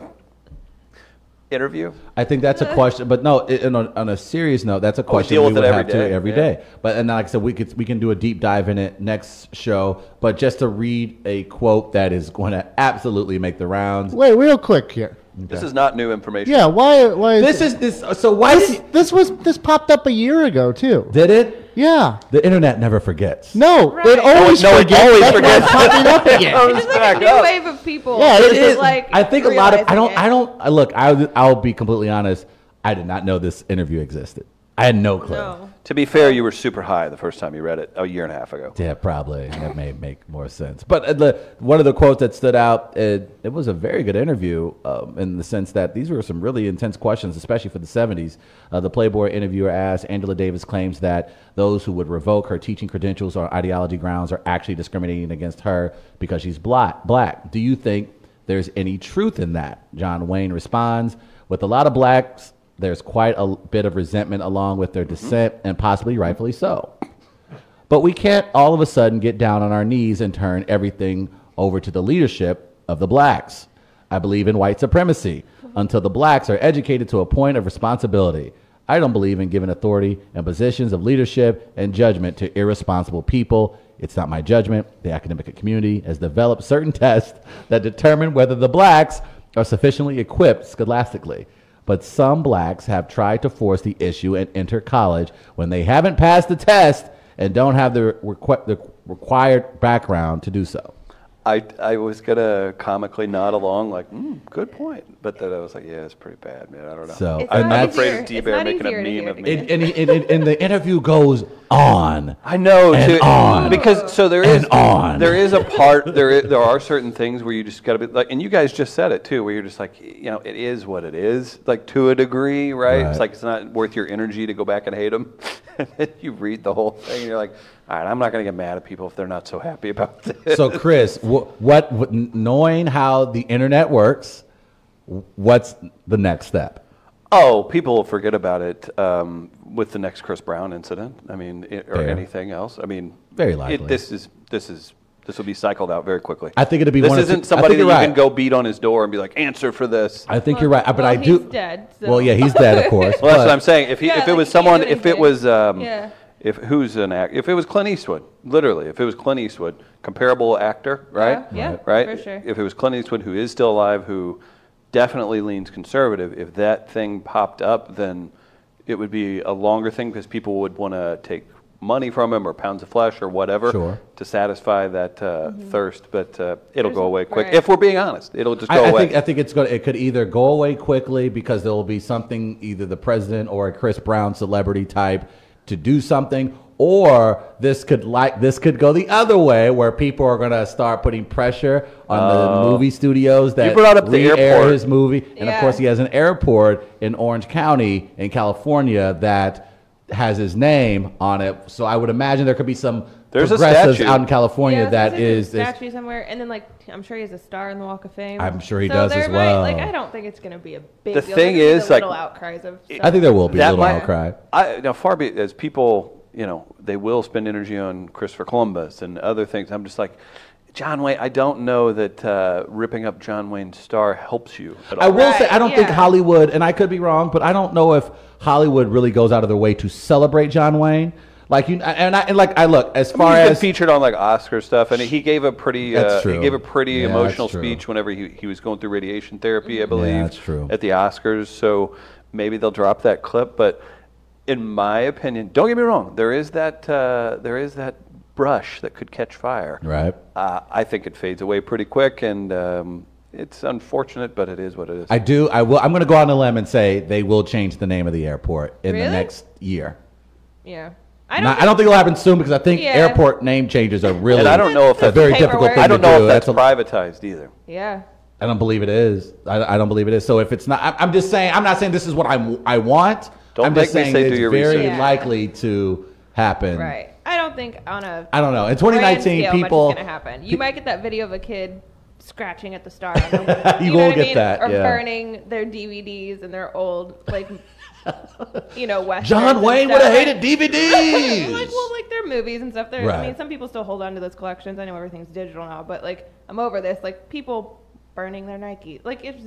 interview? I think that's a question, but no. i- and on, on a serious note, that's a question Oh, deal we with it would every have to day, every yeah. day. But and like I said, we could we can do a deep dive in it next show. But just to read a quote that is going to absolutely make the rounds. Wait, real quick here. This is not new information. Yeah, why? Why? Is This is this. So why did this, this was this popped up a year ago too. did it? Yeah. The internet never forgets. No, Right. it always No, it forgets. always That's why it's forgets. [LAUGHS] popping up again. Comes It's like a back new up. wave of people. Yeah, it that is. just, Like I think a lot of I don't realizing I it. don't I look I I'll be completely honest. I did not know this interview existed. I had no clue. No. To be fair, you were super high the first time you read it a year and a half ago. Yeah, probably that may make more sense. But uh, the, one of the quotes that stood out, it, it was a very good interview um, in the sense that these were some really intense questions, especially for the '70s. Uh, the Playboy interviewer asked, "Angela Davis claims that those who would revoke her teaching credentials on ideology grounds are actually discriminating against her because she's black. Black. Do you think there's any truth in that?" John Wayne responds, "With a lot of blacks." There's quite a bit of resentment along with their dissent, and possibly rightfully so. But we can't all of a sudden get down on our knees and turn everything over to the leadership of the blacks. I believe in white supremacy until the blacks are educated to a point of responsibility. I don't believe in giving authority and positions of leadership and judgment to irresponsible people. It's not my judgment. The academic community has developed certain [LAUGHS] tests that determine whether the blacks are sufficiently equipped scholastically. But some blacks have tried to force the issue and enter college when they haven't passed the test and don't have the, requ- the required background to do so. I, I was gonna comically nod along like, mm, good point, but then I was like, yeah, it's pretty bad, man. I don't know. So- It's I'm not not afraid easier- of D it's Bear not making a easier to meme hear of to me. hear. And, and, he- and, and- and the interview goes on. I know And too, on. because so there is And on. there is a part there i- there are certain things where you just got to be like, and you guys just said it too, where you're just like, you know, it is what it is, like to a degree, right? Right. It's like it's not worth your energy to go back and hate them. and then [LAUGHS] you read the whole thing, and you're like, all right, I'm not gonna get mad at people if they're not so happy about this. So, Chris, wh- what, what knowing how the internet works, what's the next step? Oh, people will forget about it um, with the next Chris Brown incident. I mean, i or Fair. anything else. I mean, Very likely. this is this is this will be cycled out very quickly. I think it'll be this one of two- I isn't somebody that think you you're can right. go beat on his door and be like, answer for this. I think you're right, but well, I he's do. dead, [LAUGHS] so. Well, yeah, he's dead, of course. well, but- that's what I'm saying. If he, Yeah, if like, it you was can't someone, do if it anything. was, um, Yeah. if who's an act, if it was Clint Eastwood, literally, if it was Clint Eastwood, comparable actor, right? Yeah, yeah, right. for sure. If it was Clint Eastwood, who is still alive, who definitely leans conservative, if that thing popped up, then it would be a longer thing because people would want to take money from him or pounds of flesh or whatever Sure. to satisfy that uh, thirst. But uh, it'll Mm-hmm. There's go a- away quick. right. If we're being honest, it'll just go I, I away. think I think it's going. to It could either go away quickly because there will be something either the president or a Chris Brown celebrity type to do something, or this could like this could go the other way where people are going to start putting pressure on Oh. the movie studios that brought up the re-air airport. his movie, and of Yeah. course he has an airport in Orange County in California that has his name on it. So I would imagine there could be some There's a progressives statue. out in California Yeah, that so there's is a is statue somewhere, and then like I'm sure he has a star in the Walk of Fame. I'm sure he so does there as might, Like well. I don't think it's gonna be a big. The deal. thing There's is, gonna be the like, little outcries of. Stuff. I think there will be a little might- outcry. I, now, far be it as people, you know, they will spend energy on Christopher Columbus and other things. I'm just like, John Wayne. I don't know that uh, ripping up John Wayne's star helps you at all. I will say Right, I don't think yeah. Hollywood, and I could be wrong, but I don't know if Hollywood really goes out of their way to celebrate John Wayne. Like you and I and like I look as I mean, far he's been as featured on like Oscar stuff, and he gave a pretty That's uh, he true. gave a pretty Yeah, emotional that's true. speech whenever he, he was going through radiation therapy, I believe. that's true. At the Oscars, so maybe they'll drop that clip. But in my opinion, don't get me wrong, there is that uh, there is that brush that could catch fire. right, Uh, I think it fades away pretty quick, and um, it's unfortunate, but it is what it is. I do. I will. I'm going to go out on a limb and say they will change the name of the airport in the Really? next year. Yeah. Not- I don't think it'll happen soon because I think Yeah. airport name changes are really. and I don't know if It's a that's a very difficult paperwork. thing I don't to know do. if that's, a- privatized either. Yeah. I don't believe it is. I, I don't believe it is. So if it's not, I, I'm just saying. I'm not saying this is what I I want. Don't I'm just make me saying say do it's your very research. Yeah. likely to happen. Right. I don't think on a. I don't know. In grand 2019, scale, much is people gonna happen. You might get that video of a kid scratching at [LAUGHS] the star. On their, You know will what get I mean? that, Or yeah. burning their DVDs and their old [LAUGHS] like, you know, West. John Wayne would have hated DVDs. [LAUGHS] like, DVDs. well, like their movies and stuff. They're, I Right. mean, some people still hold on to those collections. I know everything's digital now, but like, I'm over this. Like, people burning their Nike. Like, it's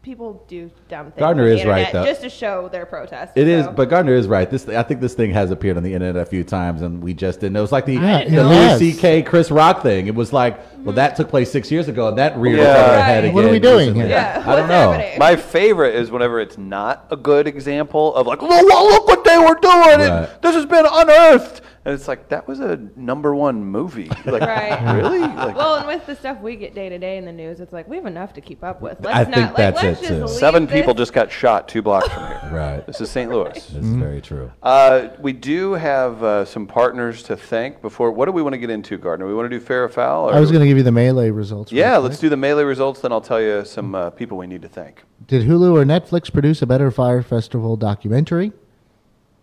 people do dumb things. Gardner on the is right, internet though. Just to show their protest. It is, so. but Gardner is right. This, I think, this thing has appeared on the internet a few times, and we just didn't. It was like the, the Yeah, it Louis has. C.K. Chris Rock thing. It was like, well, that took place six years ago, and that reared its Yeah. ugly head Right. again. What are we doing recently. here? Yeah, I don't what's know. happening? My favorite is whenever it's not a good example of like, well, well, look what they were doing. and Right. this has been unearthed. And it's like, that was a number one [LAUGHS] movie. Like, Right. really? Like, well, and with the stuff we get day to day in the news, it's like we have enough to keep up with. Let's I not think like that's let's it, just too. leave seven this- people just got shot two blocks from here. Right. This is St. Louis. That's Mm-hmm. very true. Uh, we do have uh, some partners to thank before. What do we want to get into, Gardner? We want to do fair or foul? Or I was going to give you the melee results. real Yeah, quick. let's do the melee results, then I'll tell you some uh, people we need to thank. Did Hulu or Netflix produce a better Fire Festival documentary?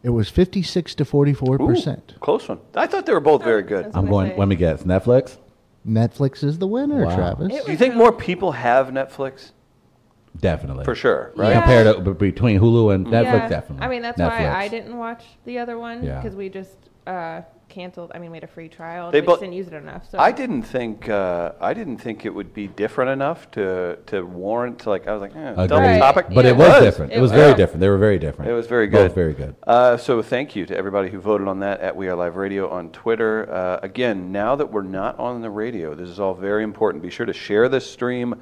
It was 56 to 44 Ooh, percent. Close one. I thought they were both very good. That's I'm what I going. say. Let me guess. Netflix. Netflix is the winner, Wow. Travis. It Do you think more people have Netflix? Definitely. For sure, right? Yeah. Compared to b- between Hulu and Netflix, Yeah. definitely. I mean, that's Netflix. why I didn't watch the other one Yeah. because we just uh, canceled. I mean, we had a free trial. and They we bo- just didn't use it enough. So I didn't think uh, I didn't think it would be different enough to to warrant to like I was like eh, Agreed. double Right. topic, But Yeah. it was It was. different. It It was was. very Yeah. different. They were very different. It was very good. Both very good. Uh, so thank you to everybody who voted on that at We Are Live Radio on Twitter. Uh, again, now that we're not on the radio, this is all very important. Be sure to share this stream,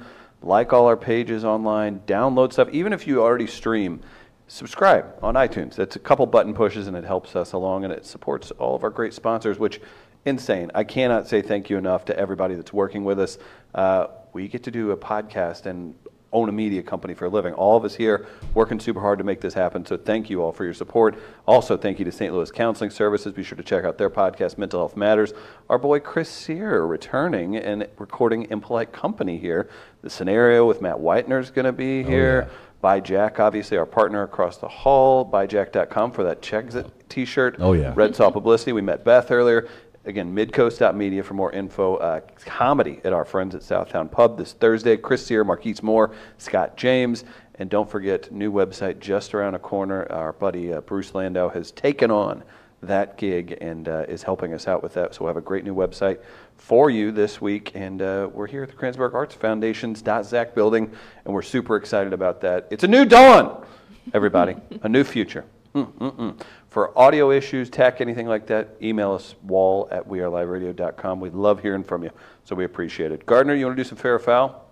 like all our pages online, download stuff. Even if you already stream, subscribe on iTunes. That's a couple button pushes and it helps us along and it supports all of our great sponsors, which insane. I cannot say thank you enough to everybody that's working with us. Uh, we get to do a podcast and own a media company for a living. All of us here working super hard to make this happen. So thank you all for your support. Also, thank you to St. Louis Counseling Services. Be sure to check out their podcast, Mental Health Matters. Our boy Chris Sear returning and recording Impolite Company here. The scenario with Matt Whitener is going to be Oh, here. Buy Jack, obviously our partner across the hall. BuyJack.com for that checks it T-shirt. Oh, yeah. Red Saw Publicity. We met Beth earlier. Again, midcoast.media for more info. Uh, comedy at our friends at Southtown Pub this Thursday. Chris Sear, Marquise Moore, Scott James. And don't forget, new website just around the corner. Our buddy uh, Bruce Landau has taken on that gig and uh, is helping us out with that. So we'll have a great new website for you this week. And uh, we're here at the Kranzberg Arts Foundation's Dot Zach building, and we're super excited about that. It's a new dawn, everybody, a new future. Mm-mm-mm. For audio issues, tech, anything like that, email us wall at weareliveradio.com. We love hearing from you, so we appreciate it. Gardner, you want to do some fair or foul?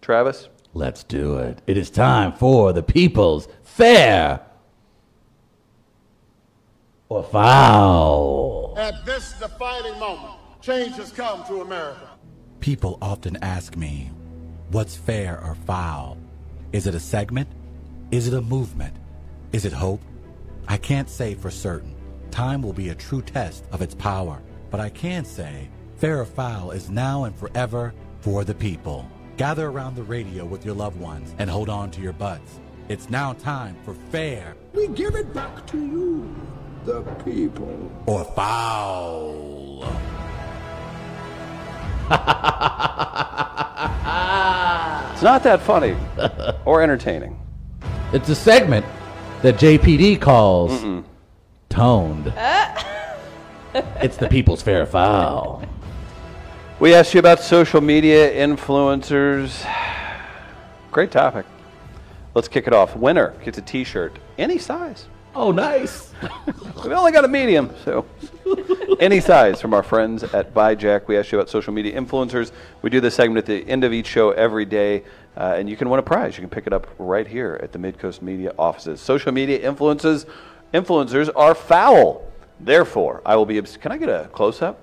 Travis? Let's do it. It is time for the people's fair or foul. At this defining moment, change has come to America. People often ask me, what's fair or foul? Is it a segment? Is it a movement? Is it hope? I can't say for certain. Time will be a true test of its power. But I can say, fair or foul is now and forever for the people. Gather around the radio with your loved ones and hold on to your butts. It's now time for fair We give it back to you, the people. or foul. It's not that funny or entertaining. [LAUGHS] It's a segment that JPD calls toned. Uh. [LAUGHS] it's the people's fair or foul. We asked you about social media influencers. Great topic. Let's kick it off. Winner gets a t shirt, any size. Oh, nice. We've only got a medium, so any size from our friends at Buy Jack. We ask you about social media influencers. We do this segment at the end of each show every day, uh, and you can win a prize. You can pick it up right here at the Midcoast Media offices. Social media influences influencers are foul. Therefore, I will be. Abs- can I get a close up?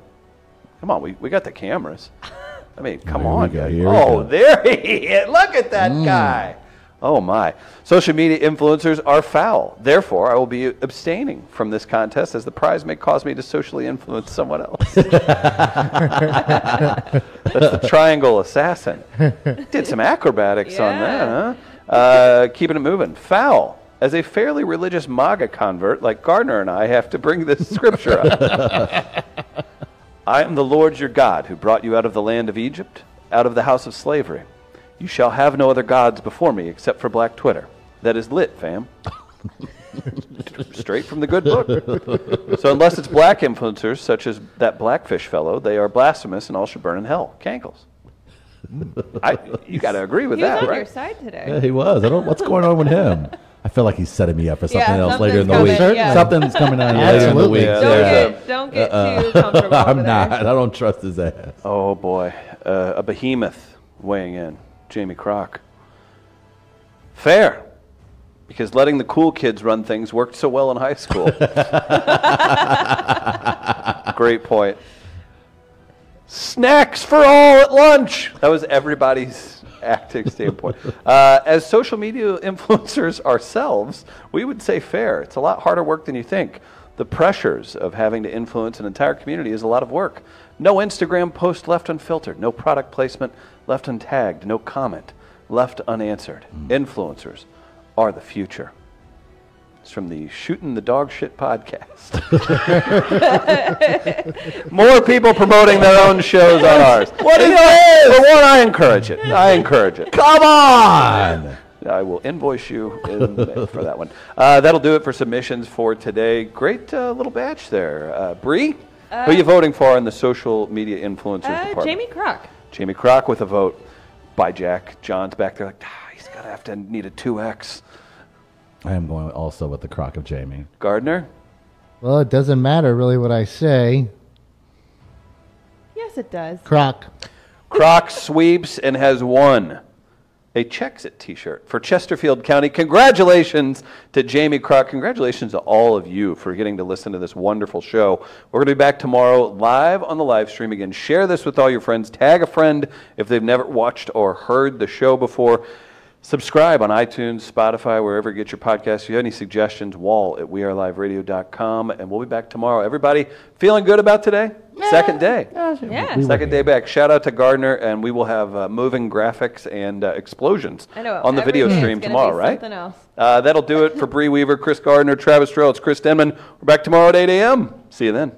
Come on, we, we got the cameras. I mean, come Here we on. go, guys. here we oh, go. Mm. there [LAUGHS] he is. Look at that guy. Oh, my. Social media influencers are foul. Therefore, I will be abstaining from this contest as the prize may cause me to socially influence someone else. That's the triangle assassin. Did some acrobatics on that, huh? Uh, keeping it moving. Foul. As a fairly religious MAGA convert like Gardner and I have to bring this scripture up. I am the Lord your God who brought you out of the land of Egypt, out of the house of slavery. You shall have no other gods before me except for Black Twitter. That is lit, fam. Straight from the good book. so unless it's black influencers, such as that blackfish fellow, they are blasphemous and all should burn in hell. Cankles. I, you got to agree with He was that, on right? your side today. Yeah, he was. I don't. What's going on with him? I feel like he's setting me up for something Yeah, else later in the something's week. coming, yeah. Something's coming [LAUGHS] on later in the Absolutely. week. Don't get- don't get Uh-uh. [LAUGHS] too comfortable I'm over not. there. I don't trust his ass. Oh boy, uh, a behemoth weighing in, Jamie Crock. Fair, because letting the cool kids run things worked so well in high school. Great point. Snacks for all at lunch. That was everybody's acting standpoint. Uh, as social media [LAUGHS] influencers ourselves, we would say fair. It's a lot harder work than you think. The pressures of having to influence an entire community is a lot of work. No Instagram post left unfiltered, no product placement left untagged, no comment left unanswered. Influencers are the future. It's from the Shooting the Dog Shit podcast. More people promoting their own shows on ours. What is You know, this? For one, I encourage it. I encourage it. Come on. I will invoice you in, for that one. Uh, that'll do it for submissions for today. Great uh, little batch there, uh, Bree. who are you Uh, voting for in the social media influencers Uh, department? Jamie Crock. Jamie Crock with a vote by Jack. John's back there like, ah, he's gonna have to need a two X. I am going also with the crock of Jamie. Gardner. Well, it doesn't matter really what I say. Yes, it does. Croc. Croc sweeps and has won a Checks It t shirt for Chesterfield County. Congratulations to Jamie Croc. Congratulations to all of you for getting to listen to this wonderful show. We're going to be back tomorrow live on the live stream again. Share this with all your friends. Tag a friend if they've never watched or heard the show before. Subscribe on iTunes, Spotify, wherever you get your podcasts. If you have any suggestions, wall at weareliveradio.com. And we'll be back tomorrow. Everybody feeling good about today? Second day. Yeah. Second day back. Shout out to Gardner, and we will have uh, moving graphics and uh, explosions I know, on the every video day it's stream gonna be tomorrow, right? something else. Uh, that'll do it for Bree Weaver, Chris Gardner, Travis Terrell. It's Chris Denman. We're back tomorrow at 8 a.m. See you then.